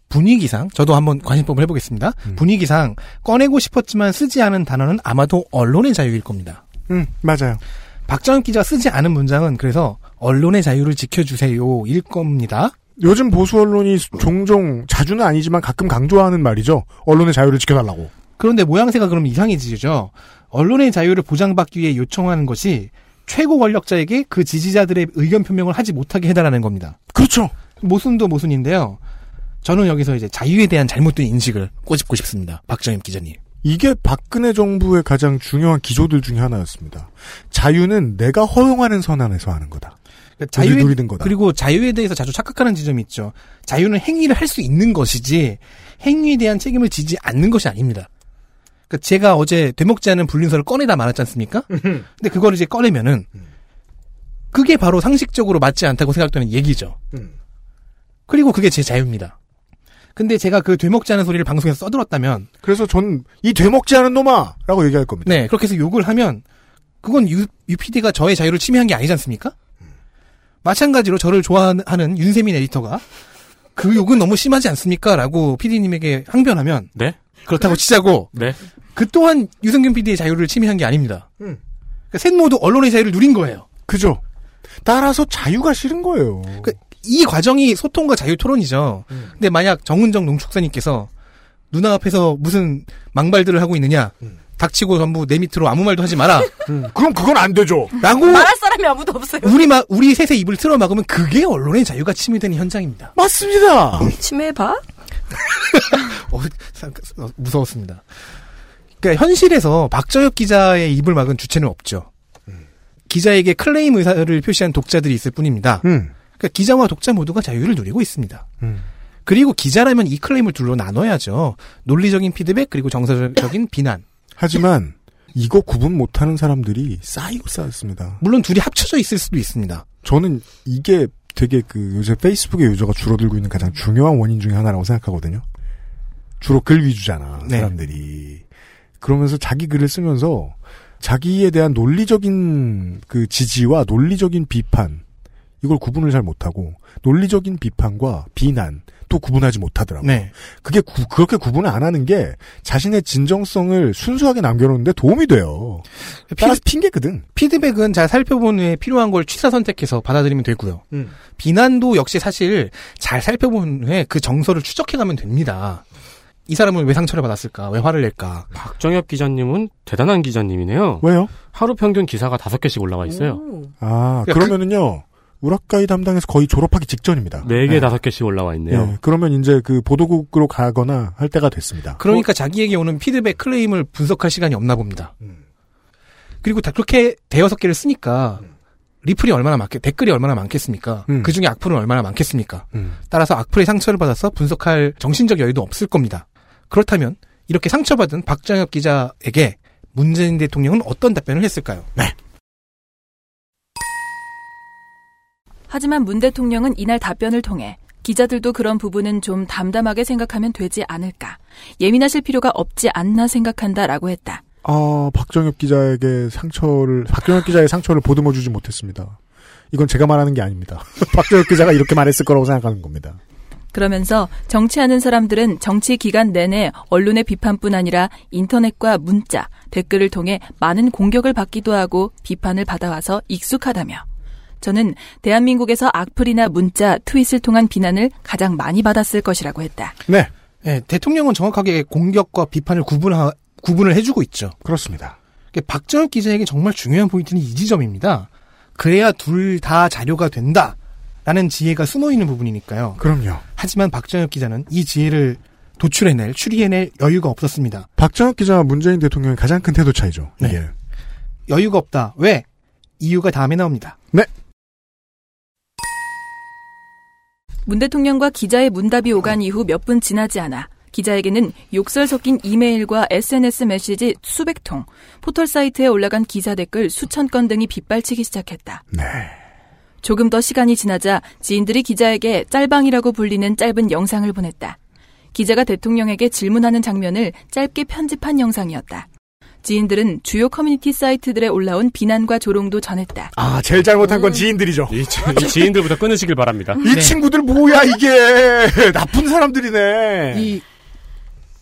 분위기상 저도 한번 관심법을 해보겠습니다. 분위기상 꺼내고 싶었지만 쓰지 않은 단어는 아마도 언론의 자유일 겁니다.
응 맞아요.
박정현 기자가 쓰지 않은 문장은 그래서 언론의 자유를 지켜주세요일 겁니다.
요즘 보수 언론이 종종 자주는 아니지만 가끔 강조하는 말이죠. 언론의 자유를 지켜달라고.
그런데 모양새가 그럼 이상해지죠. 언론의 자유를 보장받기 위해 요청하는 것이 최고 권력자에게 그 지지자들의 의견 표명을 하지 못하게 해달라는 겁니다.
그렇죠.
모순도 모순인데요. 저는 여기서 이제 자유에 대한 잘못된 인식을 꼬집고 싶습니다. 박정임 기자님.
이게 박근혜 정부의 가장 중요한 기조들 중에 하나였습니다. 자유는 내가 허용하는 선 안에서 하는 거다.
그러니까
자유
자유에
누리는 거다.
그리고 자유에 대해서 자주 착각하는 지점이 있죠. 자유는 행위를 할 수 있는 것이지 행위에 대한 책임을 지지 않는 것이 아닙니다. 그러니까 제가 어제 되먹지 않은 불륜서를 꺼내다 말았지 않습니까? 근데 그걸 이제 꺼내면은
음.
그게 바로
음.
상식적으로 맞지 않다고 생각되는 얘기죠. 그리고 그게 제 자유입니다. 근데 제가 그 되먹지 않은 소리를 방송에서 써들었다면
그래서 전 이 되먹지 않은 놈아라고 얘기할 겁니다.
네, 그렇게 해서 욕을 하면 그건 유, 유 PD가 저의 자유를 침해한 게 아니지 않습니까? 마찬가지로 저를 좋아하는 윤세민 에디터가 그 욕은 너무 심하지 않습니까? 라고 PD님에게 항변하면
네?
그렇다고 치자고
네?
그 또한 유승균 PD의 자유를 침해한 게 아닙니다.
음.
그러니까 셋 모두 언론의 자유를 누린 거예요.
그죠? 따라서 자유가 싫은 거예요.
이 과정이 소통과 자유 토론이죠. 근데 만약 정은정 농축사님께서 누나 앞에서 무슨 망발들을 하고 있느냐, 닥치고 전부 내 밑으로 아무 말도 하지 마라.
그럼 그건 안 되죠.
라고
말할 사람이 아무도 없어요.
우리 마, 우리 셋의 입을 틀어 막으면 그게 언론의 자유가 침해되는 현장입니다.
맞습니다.
음.
침해봐?
어, 사- 어, 무서웠습니다. 그러니까 현실에서 박저혁 기자의 입을 막은 주체는 없죠. 기자에게 클레임 의사를 표시한 독자들이 있을 뿐입니다.
음.
그러니까 기자와 독자 모두가 자유를 누리고 있습니다.
음.
그리고 기자라면 이 클레임을 둘로 나눠야죠. 논리적인 피드백 그리고 정서적인 비난.
하지만 이거 구분 못하는 사람들이 쌓이고 쌓였습니다.
물론 둘이 합쳐져 있을 수도 있습니다.
저는 이게 되게 그 요새 페이스북의 유저가 줄어들고 있는 가장 중요한 원인 중에 하나라고 생각하거든요. 주로 글 위주잖아
네.
사람들이 그러면서 자기 글을 쓰면서 자기에 대한 논리적인 그 지지와 논리적인 비판 이걸 구분을 잘 못하고 논리적인 비판과 비난 또 구분하지 못하더라고요.
네.
그게 구- 그렇게 구분을 안 하는 게 자신의 진정성을 순수하게 남겨놓는데 도움이 돼요. 따라서 핑계거든.
피드백은 잘 살펴본 후에 필요한 걸 취사 선택해서 받아들이면 되고요.
음.
비난도 역시 사실 잘 살펴본 후에 그 정서를 추적해가면 됩니다. 이 사람은 왜 상처를 받았을까? 왜 화를 낼까?
박정엽 기자님은 대단한 기자님이네요.
왜요?
하루 평균 기사가 다섯 개씩 올라와 있어요.
오.
아,
야,
그러면은요. 우라카이 담당에서 거의 졸업하기 직전입니다.
네
네.
개, 다섯 개씩 올라와 있네요.
예, 그러면 이제 그 보도국으로 가거나 할 때가 됐습니다.
그러니까 자기에게 오는 피드백 클레임을 분석할 시간이 없나 봅니다. 그리고 다 그렇게 대여섯 개를 쓰니까 리플이 얼마나 많겠, 댓글이 얼마나 많겠습니까?
음.
그 중에 악플은 얼마나 많겠습니까?
음.
따라서 악플에 상처를 받아서 분석할 정신적 여유도 없을 겁니다. 그렇다면 이렇게 상처받은 박정혁 기자에게 문재인 대통령은 어떤 답변을 했을까요?
하지만 문 대통령은 이날 답변을 통해 기자들도 그런 부분은 좀 담담하게 생각하면 되지 않을까. 예민하실 필요가 없지 않나 생각한다 라고 했다.
아, 박정엽 기자에게 상처를, 박정엽 기자의 상처를 보듬어주지 못했습니다. 이건 제가 말하는 게 아닙니다. 박정엽 기자가 이렇게 말했을 거라고 생각하는 겁니다.
그러면서 정치하는 사람들은 정치 기간 내내 언론의 비판뿐 아니라 인터넷과 문자, 댓글을 통해 많은 공격을 받기도 하고 비판을 받아와서 익숙하다며 저는 대한민국에서 악플이나 문자, 트윗을 통한 비난을 가장 많이 받았을 것이라고 했다.
네,
예, 대통령은 정확하게 공격과 비판을 구분하, 구분을 해주고 있죠.
그렇습니다.
이게 박정혁 기자에게 정말 중요한 포인트는 이 지점입니다. 그래야 둘 다 자료가 된다. 라는 지혜가 숨어 있는 부분이니까요.
그럼요.
하지만 박정혁 기자는 이 지혜를 도출해낼, 추리해낼 여유가 없었습니다.
박정엽 기자와 문재인 대통령의 가장 큰 태도 차이죠.
네.
이게.
여유가 없다. 왜? 이유가 다음에 나옵니다.
문 대통령과 기자의 문답이 오간 이후 몇 분 지나지 않아 기자에게는 욕설 섞인 이메일과 SNS 메시지 수백 통, 포털 사이트에 올라간 기사 댓글 수천 건 등이 빗발치기 시작했다.
네.
조금 더 시간이 지나자 지인들이 기자에게 짤방이라고 불리는 짧은 영상을 보냈다. 기자가 대통령에게 질문하는 장면을 짧게 편집한 영상이었다. 지인들은 주요 커뮤니티 사이트들에 올라온 비난과 조롱도 전했다.
아, 제일 잘못한 건 지인들이죠.
네. 이, 지- 이 지인들부터 끊으시길 바랍니다.
이 친구들 뭐야, 이게. 나쁜 사람들이네.
이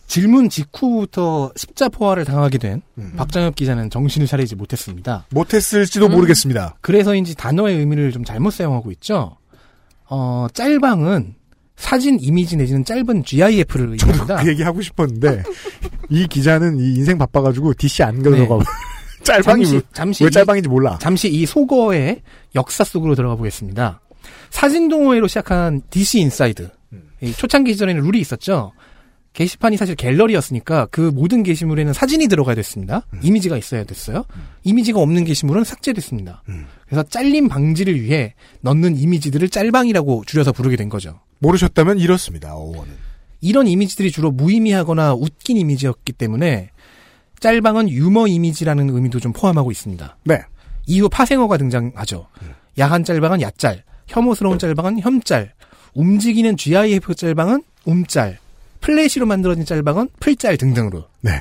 질문 직후부터 십자포화를 당하게 된
음.
박정혁 기자는 정신을 차리지 못했습니다.
못했을지도 모르겠습니다.
그래서인지 단어의 의미를 좀 잘못 사용하고 있죠. 어, 짤방은 사진, 이미지 내지는 짧은 GIF를
저도
의미합니다.
그 얘기 하고 싶었는데 이 기자는 이 인생 바빠가지고 DC 안 들어가 고 짤방이
잠시,
왜-
잠시,
왜
이-
짤방인지 몰라.
잠시 이 속어의 역사 속으로 들어가 보겠습니다. 사진 동호회로 시작한 DC 인사이드.
음.
이 초창기 시절에는 룰이 있었죠. 게시판이 사실 갤러리였으니까 그 모든 게시물에는 사진이 들어가야 됐습니다.
음.
이미지가 있어야 됐어요. 이미지가 없는 게시물은 삭제됐습니다.
음.
그래서 잘림 방지를 위해 넣는 이미지들을 짤방이라고 줄여서 부르게 된 거죠.
모르셨다면 이렇습니다. 어원은.
이런 이미지들이 주로 무의미하거나 웃긴 이미지였기 때문에 짤방은 유머 이미지라는 의미도 좀 포함하고 있습니다.
네.
이후 파생어가 등장하죠.
음.
야한 짤방은 야짤, 혐오스러운 짤방은 혐짤, 움직이는 GIF 짤방은 움짤, 플래시로 만들어진 짤방은 풀짤 등등으로.
네.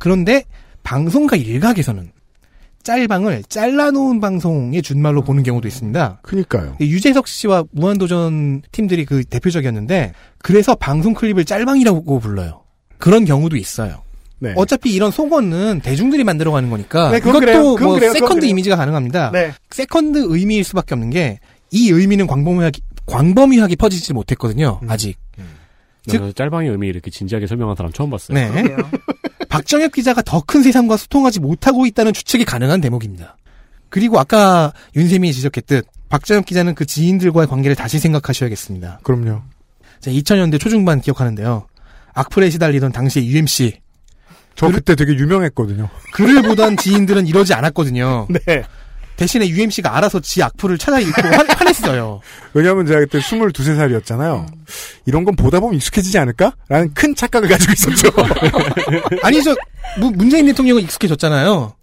그런데 방송가 일각에서는 짤방을 잘라놓은 방송의 준말로 보는 경우도 있습니다.
그니까요.
이 유재석 씨와 무한도전 팀들이 그 대표적이었는데 그래서 방송 클립을 짤방이라고 불러요. 그런 경우도 있어요.
네.
어차피 이런 속어는 대중들이 만들어가는 거니까
네,
그것도
그건 그래요. 그건
뭐
그래요. 그건
세컨드
그래요.
이미지가 가능합니다.
네.
세컨드 의미일 수밖에 없는 게 이 의미는 광범위하게 광범위하게 퍼지지 못했거든요. 아직. 즉-
즉 네. 짤방의 의미 이렇게 진지하게 설명한 사람 처음 봤어요.
네. 박정혁 기자가 더 큰 세상과 소통하지 못하고 있다는 추측이 가능한 대목입니다. 그리고 아까 윤세민이 지적했듯 박정혁 기자는 그 지인들과의 관계를 다시 생각하셔야겠습니다.
그럼요.
제가 2000년대 초중반 기억하는데요. 악플에 시달리던 당시 UMC
저 그때 되게 유명했거든요.
글을 보던 지인들은 이러지 않았거든요.
네.
대신에 UMC가 알아서 지 악플을 찾아 읽고 환, 화냈어요.
왜냐하면 제가 그때 22, 23살이었잖아요. 이런 건 보다 보면 익숙해지지 않을까? 라는 큰 착각을 가지고 있었죠.
아니 저 무- 문재인 대통령은 익숙해졌잖아요.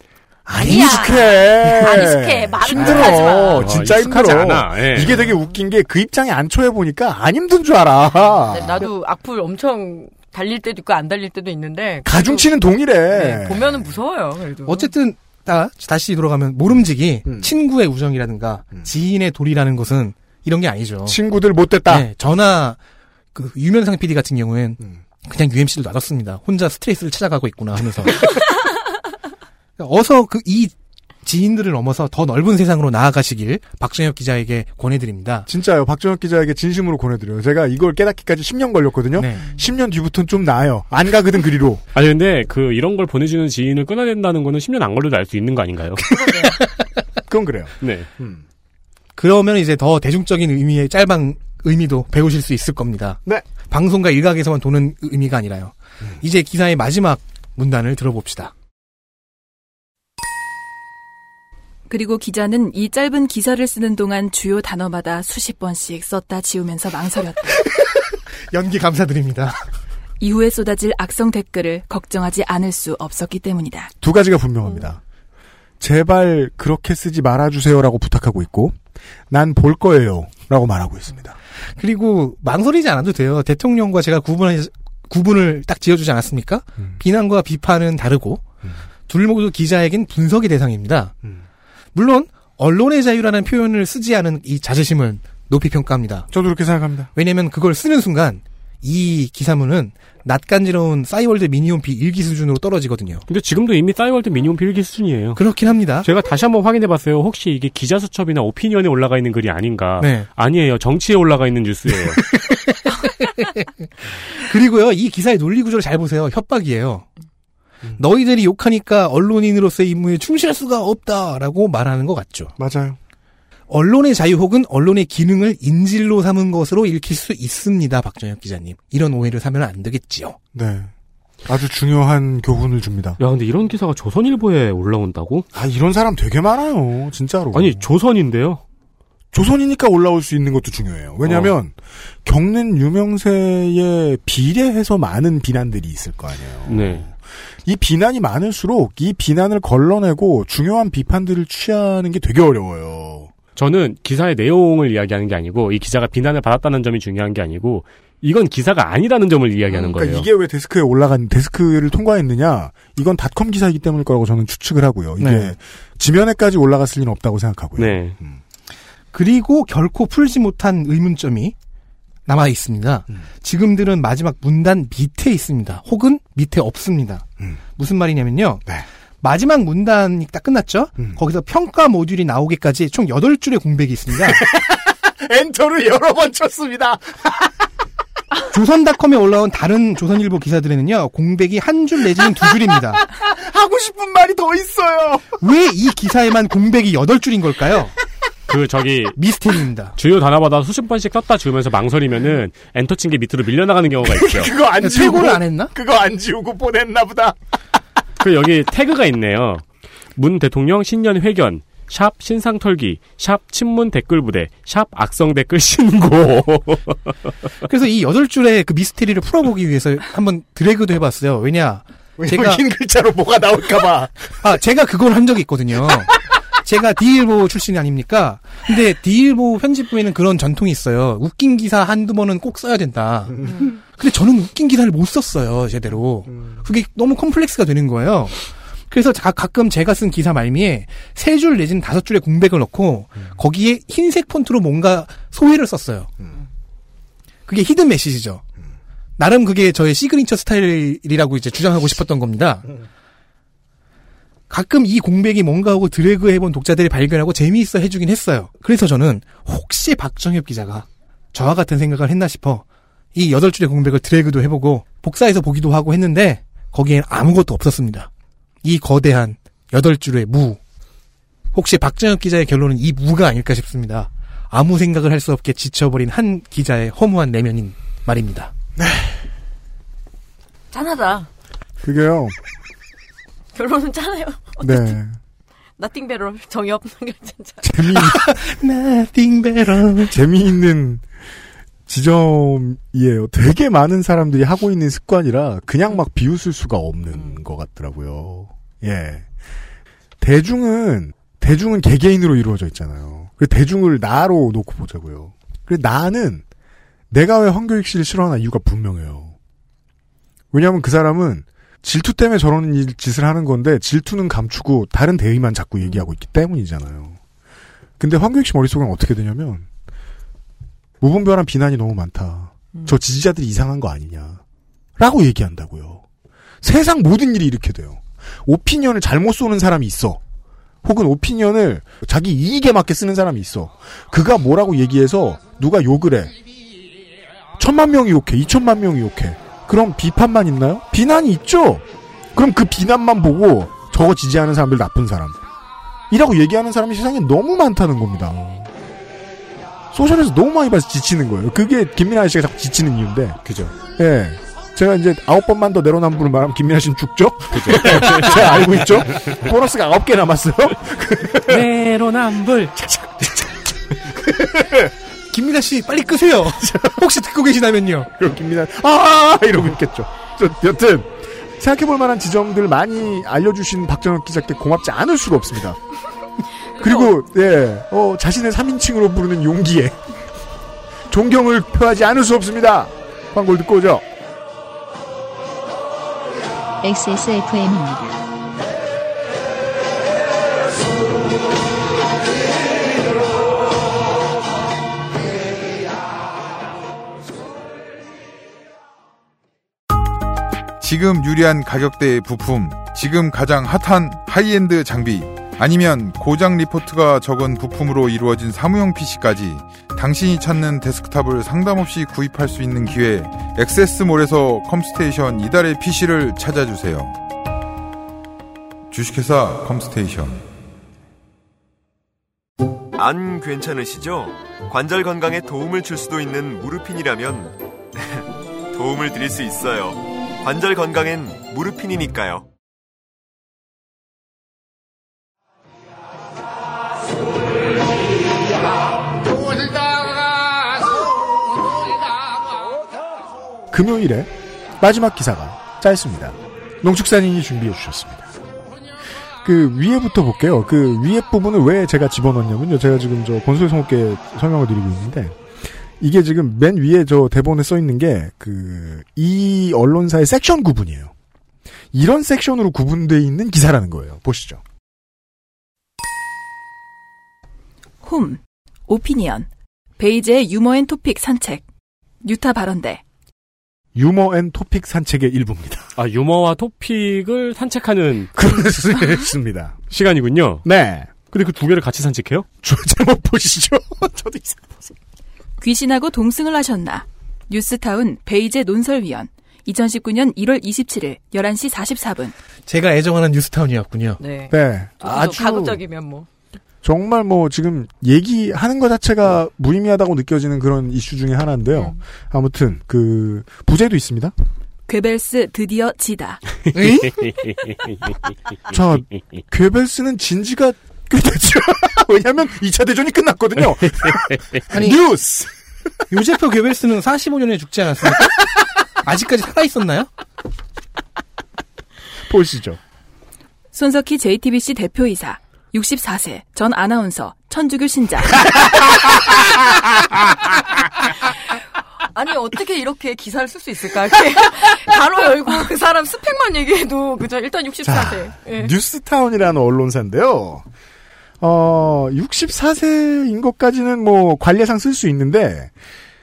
아니야. 익숙해. 네.
안 익숙해. 말을 그렇게 하지 마.
힘들어. 진짜
아,
힘들어.
익숙하지 않아. 예.
이게 되게 웃긴 게 그 입장에 안초해 보니까 안 힘든 줄 알아.
네, 나도 악플 엄청 달릴 때도 있고 안 달릴 때도 있는데
가중치는
네,
동일해.
보면은 무서워요. 그래도
어쨌든 다 다시 돌아가면 모름지기
음.
친구의 우정이라든가 지인의 도리라는 것은 이런 게 아니죠.
친구들 못됐다.
네, 저나 그 유명상 PD 같은 경우엔
음.
그냥 UMC를 놔뒀습니다. 혼자 스트레스를 찾아가고 있구나 하면서 어서 그 이 지인들을 넘어서 더 넓은 세상으로 나아가시길 박정혁 기자에게 권해드립니다.
진짜요. 박준혁 기자에게 진심으로 권해드려요. 제가 이걸 깨닫기까지 10년 걸렸거든요.
네.
10년 뒤부터는 좀 나아요. 안 가거든 그리로.
아니 근데 그 이런 걸 보내주는 지인을 끊어낸다는 거는 10년 안 걸려도 알 수 있는 거 아닌가요?
그건 그래요.
네.
그러면 이제 더 대중적인 의미의 짤방 의미도 배우실 수 있을 겁니다.
네.
방송과 일각에서만 도는 의미가 아니라요. 이제 기사의 마지막 문단을 들어봅시다.
그리고 기자는 이 짧은 기사를 쓰는 동안 주요 단어마다 수십 번씩 썼다 지우면서 망설였다.
연기 감사드립니다.
이후에 쏟아질 악성 댓글을 걱정하지 않을 수 없었기 때문이다.
두 가지가 분명합니다. 제발 그렇게 쓰지 말아주세요라고 부탁하고 있고, 난 볼 거예요라고 말하고 있습니다.
그리고 망설이지 않아도 돼요. 대통령과 제가 구분하, 구분을 딱 지어주지 않았습니까? 비난과 비판은 다르고 둘 모두 기자에겐 분석의 대상입니다. 물론 언론의 자유라는 표현을 쓰지 않은 이 자제심은 높이 평가합니다.
저도 그렇게 생각합니다.
왜냐면 그걸 쓰는 순간 이 기사문은 낯간지러운 싸이월드 미니홈피 일기 수준으로 떨어지거든요.
근데 지금도 이미 싸이월드 미니멈 필기 수준이에요.
그렇긴 합니다.
제가 다시 한번 확인해봤어요. 혹시 이게 기자 수첩이나 오피니언에 올라가 있는 글이 아닌가?
네.
아니에요. 정치에 올라가 있는 뉴스예요.
그리고요, 이 기사의 논리 구조를 잘 보세요. 협박이에요. 너희들이 욕하니까 언론인으로서의 임무에 충실할 수가 없다라고 말하는 것 같죠.
맞아요.
언론의 자유 혹은 언론의 기능을 인질로 삼은 것으로 읽힐 수 있습니다, 박정혁 기자님. 이런 오해를 사면 안 되겠지요.
네. 아주 중요한 교훈을 줍니다.
야, 근데 이런 기사가 조선일보에 올라온다고?
아, 이런 사람 되게 많아요. 진짜로.
아니, 조선인데요?
조선이니까 올라올 수 있는 것도 중요해요. 왜냐면, 겪는 유명세에 비례해서 많은 비난들이 있을 거 아니에요.
네.
이 비난이 많을수록 이 비난을 걸러내고 중요한 비판들을 취하는 게 되게 어려워요.
저는 기사의 내용을 이야기하는 게 아니고, 이 기자가 비난을 받았다는 점이 중요한 게 아니고, 이건 기사가 아니라는 점을 이야기하는
그러니까
거예요.
이게 왜 데스크에 올라간 데스크를 통과했느냐? 이건 닷컴 기사이기 때문일 거라고 저는 추측을 하고요. 이게
네.
지면에까지 올라갔을 리는 없다고 생각하고요.
네.
그리고 결코 풀지 못한 의문점이 남아 있습니다.
음.
지금들은 마지막 문단 밑에 있습니다. 혹은 밑에 없습니다.
음.
무슨 말이냐면요.
네.
마지막 문단이 딱 끝났죠?
음.
거기서 평가 모듈이 나오기까지 총 8줄의 공백이 있습니다.
엔터를 여러 번 쳤습니다.
조선닷컴에 올라온 다른 조선일보 기사들에는요, 공백이 한 줄 내지는 두 줄입니다.
하고 싶은 말이 더 있어요.
왜 이 기사에만 공백이 8줄인 걸까요?
그, 저기,
미스테리입니다.
주요 단어마다 수십 번씩 썼다 지우면서 망설이면은, 엔터 친 게 밑으로 밀려나가는 경우가 있죠.
그거 안
최고를 그러니까 안 했나?
그거 안 지우고 보냈나 보다.
그 여기 태그가 있네요. 문 대통령 신년 회견. 샵 신상털기, 샵 친문 댓글 부대, 샵 악성 댓글 신고.
그래서 이 8줄의 그 미스테리를 풀어보기 위해서 한번 드래그도 해봤어요. 왜냐, 제가
긴 글자로 뭐가 나올까봐.
아, 제가 그걸 한 적이 있거든요. 제가 디일보 출신이 아닙니까? 근데 디일보 편집부에는 그런 전통이 있어요. 웃긴 기사 한두 번은 꼭 써야 된다. 근데 저는 웃긴 기사를 못 썼어요, 제대로. 그게 너무 컴플렉스가 되는 거예요. 그래서 자- 가끔 제가 쓴 기사 말미에 세 줄 내지는 다섯 줄의 공백을 넣고 거기에 흰색 폰트로 뭔가 소회를 썼어요. 그게 히든 메시지죠. 나름 그게 저의 시그니처 스타일이라고 이제 주장하고 싶었던 겁니다. 가끔 이 공백이 뭔가 하고 드래그 해본 독자들이 발견하고 재미있어 해주긴 했어요. 그래서 저는 혹시 박정엽 기자가 저와 같은 생각을 했나 싶어 이 여덟 줄의 공백을 드래그도 해보고 복사해서 보기도 하고 했는데 거기엔 아무것도 없었습니다. 이 거대한 여덟 줄의 무. 혹시 박정엽 기자의 결론은 이 무가 아닐까 싶습니다. 아무 생각을 할 수 없게 지쳐버린 한 기자의 허무한 내면인 말입니다.
짠하다.
그게요.
결론은 짠해요.
네.
나띵 배럴 정엽 진짜.
재미
Nothing better.
재미있는 지점이에요. 되게 많은 사람들이 하고 있는 습관이라 그냥 막 비웃을 수가 없는 것 같더라고요. 예. 대중은 대중은 개개인으로 이루어져 있잖아요. 그 대중을 나로 놓고 보자고요. 그 나는 내가 왜 황교익 씨를 싫어하나 이유가 분명해요. 왜냐하면 그 사람은 질투 때문에 저런 일- 짓을 하는 건데 질투는 감추고 다른 대의만 자꾸 얘기하고 있기 때문이잖아요. 근데 황교익 씨 머릿속엔 어떻게 되냐면 무분별한 비난이 너무 많다. 저 지지자들이 이상한 거 아니냐. 라고 얘기한다고요. 세상 모든 일이 이렇게 돼요. 오피니언을 잘못 쏘는 사람이 있어. 혹은 오피니언을 자기 이익에 맞게 쓰는 사람이 있어. 그가 뭐라고 얘기해서 누가 욕을 해. 천만 명이 욕해. 이천만 명이 욕해. 그럼 비판만 있나요? 비난이 있죠. 그럼 그 비난만 보고 저거 지지하는 사람들 나쁜 사람. 이라고 얘기하는 사람이 세상에 너무 많다는 겁니다. 소셜에서 너무 많이 봐서 지치는 거예요. 그게 김민아 씨가 자꾸 지치는 이유인데.
그죠.
예. 제가 이제 아홉 번만 더 내로남불을 말하면 김민아 씨는 죽죠? 그죠. 제가 알고 있죠? 보너스가 아홉 개 남았어요?
내로남불. 김민아 씨 빨리 끄세요. 혹시 듣고 계시다면요.
그리고 김민아 아 이러고 있겠죠. 저, 여튼 생각해볼 만한 지점들 많이 알려주신 박정혁 기자께 고맙지 않을 수가 없습니다. 그리고 예, 어, 자신을 3인칭으로 부르는 용기에 존경을 표하지 않을 수 없습니다. 광고를 듣고 오죠.
XSFM입니다.
지금 유리한 가격대의 부품, 지금 가장 핫한 하이엔드 장비, 아니면 고장 리포트가 적은 부품으로 이루어진 사무용 PC까지 당신이 찾는 데스크탑을 상담 없이 구입할 수 있는 기회, 액세스몰에서 컴스테이션 이달의 PC를 찾아주세요. 주식회사 컴스테이션.
안 괜찮으시죠? 관절 건강에 도움을 줄 수도 있는 무르핀이라면 도움을 드릴 수 있어요. 관절 건강엔 무르핀이니까요.
금요일에 마지막 기사가 짧습니다. 농축산인이 준비해 주셨습니다. 그 위에부터 볼게요. 그 위에 부분을 왜 제가 집어넣냐면요. 제가 지금 저 건수의 성업계 설명을 드리고 있는데 이게 지금 맨 위에 저 대본에 써 있는 게 그 이 언론사의 섹션 구분이에요. 이런 섹션으로 구분돼 있는 기사라는 거예요. 보시죠.
홈, 오피니언, 베이지의 유머 앤 토픽 산책, 뉴타 발언대,
유머 앤 토픽 산책의 일부입니다.
아, 유머와 토픽을 산책하는
그렇습니다.
시간이군요.
네.
근데 그 두 개를 같이 산책해요?
잘못 보시죠. 저도 이상.
귀신하고 동승을 하셨나, 뉴스타운 베이지의 논설위원, 2019년 1월 27일 11시 44분.
제가 애정하는 뉴스타운이었군요.
네.
네.
아주 가급적이면 뭐.
정말 뭐 지금 얘기하는 것 자체가 무의미하다고 느껴지는 그런 이슈 중에 하나인데요. 아무튼 그 부재도 있습니다.
괴벨스 드디어 지다.
자, 괴벨스는 진지가 꽤 됐죠. 왜냐하면 2차 대전이 끝났거든요. 뉴스.
요제프 괴벨스는 45년에 죽지 않았습니까? 아직까지 살아 있었나요?
보시죠.
손석희 JTBC 대표이사, 64세, 전 아나운서, 천주교 신자.
아니 어떻게 이렇게 기사를 쓸 수 있을까? 이렇게 가로 열고 그 사람 스펙만 얘기해도 그죠? 일단
네.
64세. 예.
뉴스타운이라는 언론사인데요. 어, 64세인 것까지는 뭐 관례상 쓸 수 있는데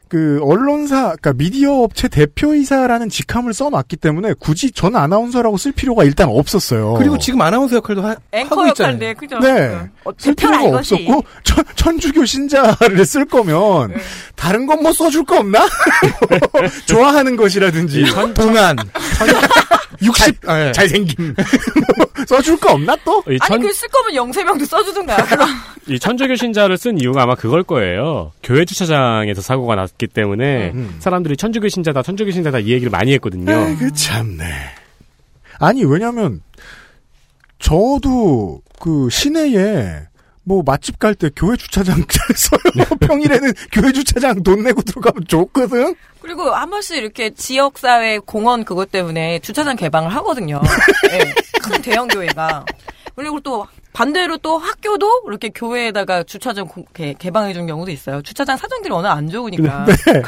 그 언론사, 그러니까 미디어 업체 대표이사라는 직함을 써놨기 때문에 굳이 전 아나운서라고 쓸 필요가 일단 없었어요.
그리고 지금 아나운서 역할도 하,
앵커
하고 있잖아요. 어,
역할인데 그죠?
네. 쓸 필요가 없었고 천, 천주교 신자를 쓸 거면
네.
다른 건 뭐 써줄 거 없나? 좋아하는
네.
것이라든지
동안
60
아, 예.
잘생김 뭐 써줄 거 없나 또?
이,
아니
천,
그 쓸 거면 영세명도 써주든가.
이 천주교 신자를 쓴 이유가 아마 그걸 거예요. 교회 주차장에서 사고가 났기 때문에
음.
사람들이 천주교 신자다, 천주교 신자다 이 얘기를 많이 했거든요.
그 참네. 아니 왜냐면 저도 그 시내에 뭐 맛집 갈 때 교회 주차장 써요. 평일에는 교회 주차장 돈 내고 들어가면 좋거든.
그리고 한 번씩 이렇게 지역사회 공원 그것 때문에 주차장 개방을 하거든요. 예, 큰 대형 교회가. 그리고 또 반대로 또 학교도 이렇게 교회에다가 주차장 공- 개, 방해준 경우도 있어요. 주차장 사정들이 워낙 안 좋으니까.
네.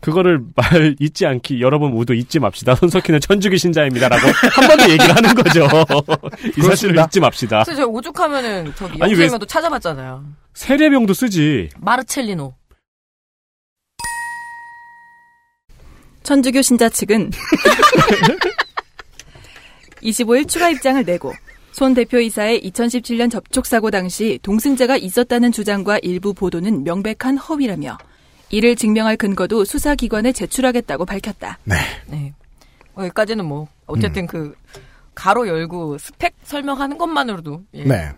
그거를 말 잊지 않기, 여러분 모두 잊지 맙시다. 손석희는 천주교 신자입니다라고 한 번 더 얘기를 하는 거죠. 이 사실을 잊지 맙시다.
그래서 제가 오죽하면은 저기
아니, 왜-
영세명도 찾아봤잖아요.
세례명도 쓰지.
마르첼리노.
천주교 신자 측은 25일 추가 입장을 내고 손 대표이사의 2017년 접촉사고 당시 동승자가 있었다는 주장과 일부 보도는 명백한 허위라며 이를 증명할 근거도 수사기관에 제출하겠다고 밝혔다.
네. 어, 여기까지는 뭐
음.
어쨌든 그 가로 열고 스펙 설명하는 것만으로도 예.
네.
네.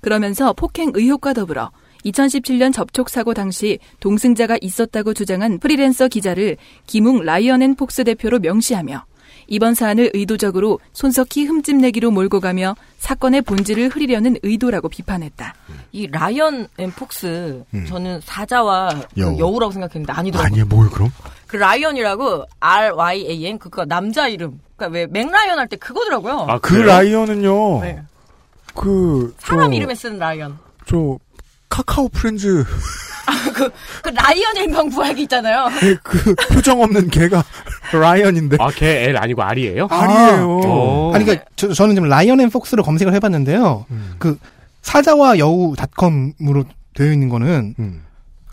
그러면서 폭행 의혹과 더불어 2017년 접촉사고 당시 동승자가 있었다고 주장한 프리랜서 기자를 김웅 라이언앤폭스 대표로 명시하며 이번 사안을 의도적으로 손석희 흠집내기로 몰고 가며 사건의 본질을 흐리려는 의도라고 비판했다.
이 라이언 앤 폭스
음.
저는 사자와 그
여우.
여우라고 생각했는데 아니더라고요.
아니 뭘 그럼?
그 라이언이라고 R Y A N 그거 남자 이름. 그러니까 왜 맥라이언 할 때
아,
그거더라고요.
그 라이언은요.
네.
그
사람
저-
이름에 쓰는 라이언.
저 카카오 프렌즈
그 라이언 일병 구하기 있잖아요.
그 표정 없는 걔가 라이언인데.
아, 걔 L 아니고 R이에요?
R이에요.
어.
아니, 그니까, 저, 저는 지금 라이언 앤 폭스를 검색을 해봤는데요. 그, 사자와 여우닷컴으로 되어 있는 거는,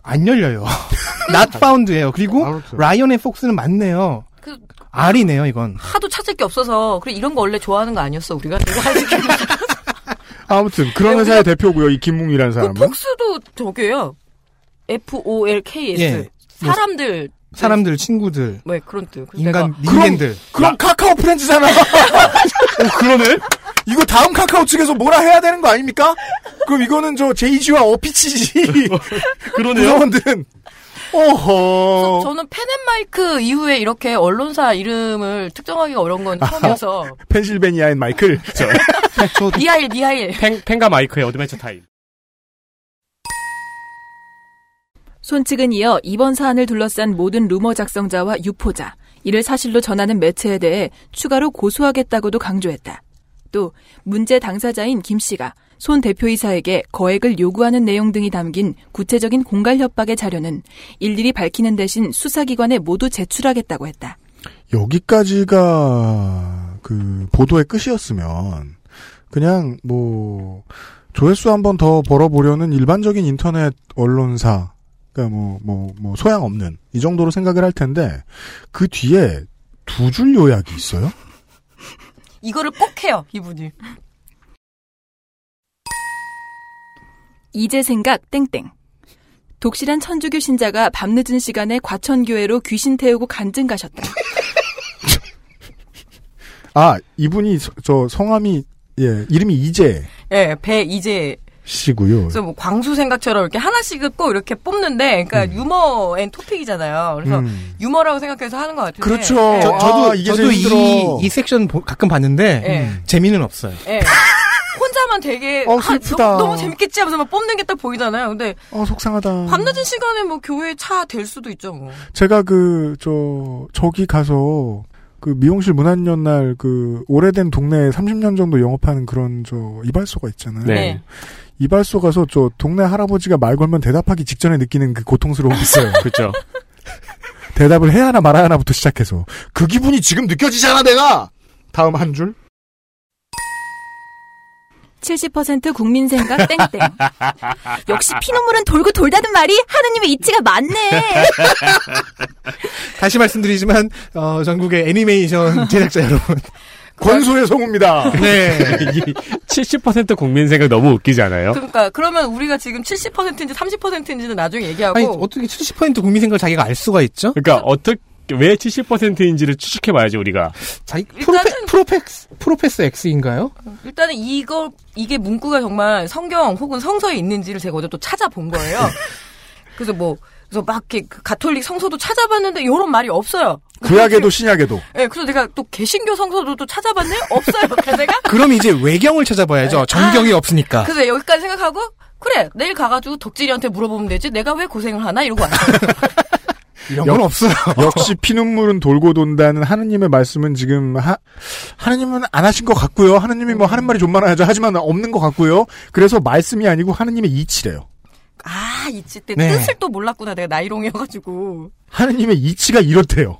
안 열려요. not found예요. 아, 그리고, 라이언 앤 폭스는 맞네요.
그-
R이네요, 이건.
하도 찾을 게 없어서 그래 이런 거 원래 좋아하는 거 아니었어 우리가. 이거 하는 게.
아무튼
네,
그런 회사의 대표고요. 이 김웅이라는
그
사람은.
폭스도 저게요. F O L K S
예.
사람들
사람들, 친구들,
뭐 그런 뜻. 그래서
인간,
내가-
인간들.
그럼 카카오 프렌즈잖아. 어, 그러네. 이거 다음 카카오 측에서 뭐라 해야 되는 거 아닙니까? 그럼 이거는 저 제이지와 어피치지.
그러네요.
구성원들은.
그래서
오호.
저는 펜앤마이크 이후에 이렇게 언론사 이름을 특정하기가 어려운 건 처음이어서
펜실베니아인 마이클.
니하일 니하일
팽, 팽과 마이크의 어드벤처 타임.
손 측은 이어 이번 사안을 둘러싼 모든 루머 작성자와 유포자, 이를 사실로 전하는 매체에 대해 추가로 고소하겠다고도 강조했다. 또 문제 당사자인 김 씨가 손 대표이사에게 거액을 요구하는 내용 등이 담긴 구체적인 공갈 협박의 자료는 일일이 밝히는 대신 수사기관에 모두 제출하겠다고 했다.
여기까지가 그 보도의 끝이었으면 그냥 뭐 조회수 한 번 더 벌어보려는 일반적인 인터넷 언론사 그러니까 뭐 뭐 뭐 소양 없는 이 정도로 생각을 할 텐데 그 뒤에 두 줄 요약이 있어요.
이거를 꼭 해요 이분이.
이제 생각 땡땡. 독실한 천주교 신자가 밤늦은 시간에 과천교회로 귀신 태우고 간증 가셨다.
아 이분이 서- 저 성함이 예 이름이 이재
예, 배 이제
씨고요.
그래서 뭐 광수 생각처럼 이렇게 하나씩 꼭 이렇게 뽑는데, 그러니까 유머 앤 토픽이잖아요. 그래서
음. 그렇죠.
유머라고 생각해서 하는 것 같은데.
저,
예.
저도,
아, 이게
저도
제일 힘들어.
이, 이 섹션 보- 가끔 봤는데, 음,
예.
재미는 없어요.
예. 혼자만 되게
어,
아,
슬프다.
너무, 너무 재밌겠지 하면서 막 뽑는 게 딱 보이잖아요. 근데
어
음.
속상하다.
밤늦은 시간에 뭐 교회 차 될 수도 있죠. 뭐.
제가 그, 저, 저기 가서, 그 미용실 문안연날 그 오래된 동네에 30년 정도 영업하는 그런 저 이발소가 있잖아요.
네.
이발소 가서 저 동네 할아버지가 말 걸면 대답하기 직전에 느끼는 그 고통스러움 있어요.
그렇죠.
대답을 해야 하나 말아야 하나부터 시작해서 그 기분이 지금 느껴지잖아 내가. 다음 한 줄.
70% 국민 생각 땡땡. 역시 피눈물은 돌고 돌다는 말이 하느님의 이치가 맞네.
다시 말씀드리지만 어, 전국의 애니메이션 제작자 여러분
권소의 성우입니다.
네.
70% 국민 생각 너무 웃기지
어?
않아요?
그러니까 그러면 우리가 지금 70%인지 30%인지는 나중에 얘기하고
아니 어떻게 70% 국민 생각을 자기가 알 수가 있죠?
그러니까 어떻게 왜 70%인지를 추측해 봐야지 우리가.
자기 프로페, 프로페스 프로페스 X인가요?
일단은 이거 이게 문구가 정말 성경 혹은 성서에 있는지를 제가 어제 또 찾아본 거예요. 그래서 뭐 그래서 막 이렇게 그 가톨릭 성서도 찾아봤는데 이런 말이 없어요.
아,
구약에도 신약에도.
예, 그래서 내가 또 개신교 성서도 또 찾아봤네 없어요. 그래서 내가
그럼 이제 외경을 찾아봐야죠. 전경이 없으니까.
그래서 여기까지 생각하고 그래 내일 가가지고 덕질이한테 물어보면 되지. 내가 왜 고생을 하나 이러고 왔어요.
이런 건 없어요.
역시 피눈물은 돌고 돈다는 하느님의 말씀은 지금 하, 하느님은 안 하신 것 같고요. 하느님이 뭐 하는 말이 좀 많아야죠. 하지만 없는 것 같고요. 그래서 말씀이 아니고 하느님의 이치래요.
아 이치 때
네.
뜻을 또 몰랐구나 내가 나이롱이어가지고.
하느님의 이치가 이렇대요.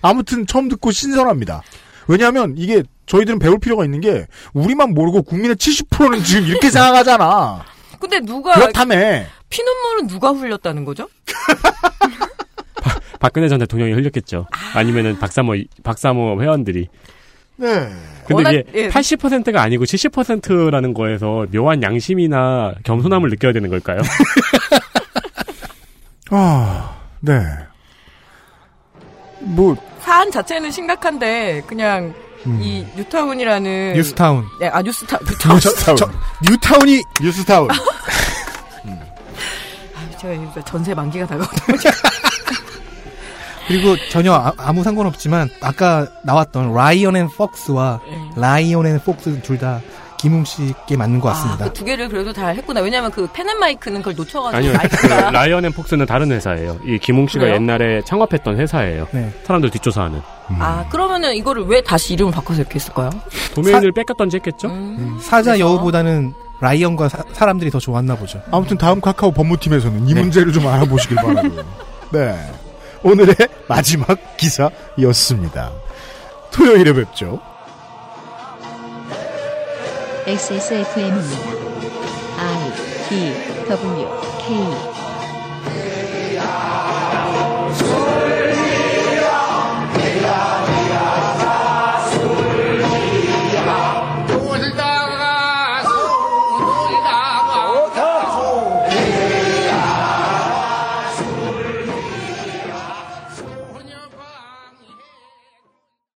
아무튼 처음 듣고 신선합니다. 왜냐하면 이게 저희들은 배울 필요가 있는 게 우리만 모르고 국민의 70%는 지금 이렇게 생각하잖아.
근데 누가
그렇다며.
피눈물은 누가 흘렸다는 거죠?
박근혜 전 대통령이 흘렸겠죠. 아니면은 박사모 박사모 회원들이.
네.
근데
워낙-
이게
예.
80%가 아니고 70%라는 거에서 묘한 양심이나 겸손함을 느껴야 되는 걸까요?
아, 네. 뭐
아,
사안 자체는 심각한데 그냥 이 뉴타운이라는
뉴스타운.
네, 아 뉴스타 뉴타운.
뉴타운이
뉴스타운.
아, 제가 이제 전세 만기가 다가오다
그리고 전혀 아, 무 상관없지만 아까 나왔던 라이언 앤 폭스와 라이언 앤 폭스 둘 다 김웅 씨께 맞는 것 같습니다.
아, 그두 개를 그래도 다 했구나. 왜냐면 그 펜앤마이크는 그걸 놓쳐가지고
아니요. 그 라이언 앤 폭스는 다른 회사예요. 이 김웅 씨가
그래요?
옛날에 창업했던 회사예요. 사람들 뒷조사하는.
아 그러면은 이거를 왜 다시 이름을 바꿔서 이렇게 했을까요?
도메인을 뺏겼던지 했겠죠?
사자 여우보다는 라이언과 사, 람들이더 좋았나 보죠.
아무튼 다음 카카오 법무팀에서는 이 문제를 좀 알아보시길 바라고요. 네. 오늘의 마지막 기사였습니다. 토요일에 뵙죠.
XSFM입니다. I D W K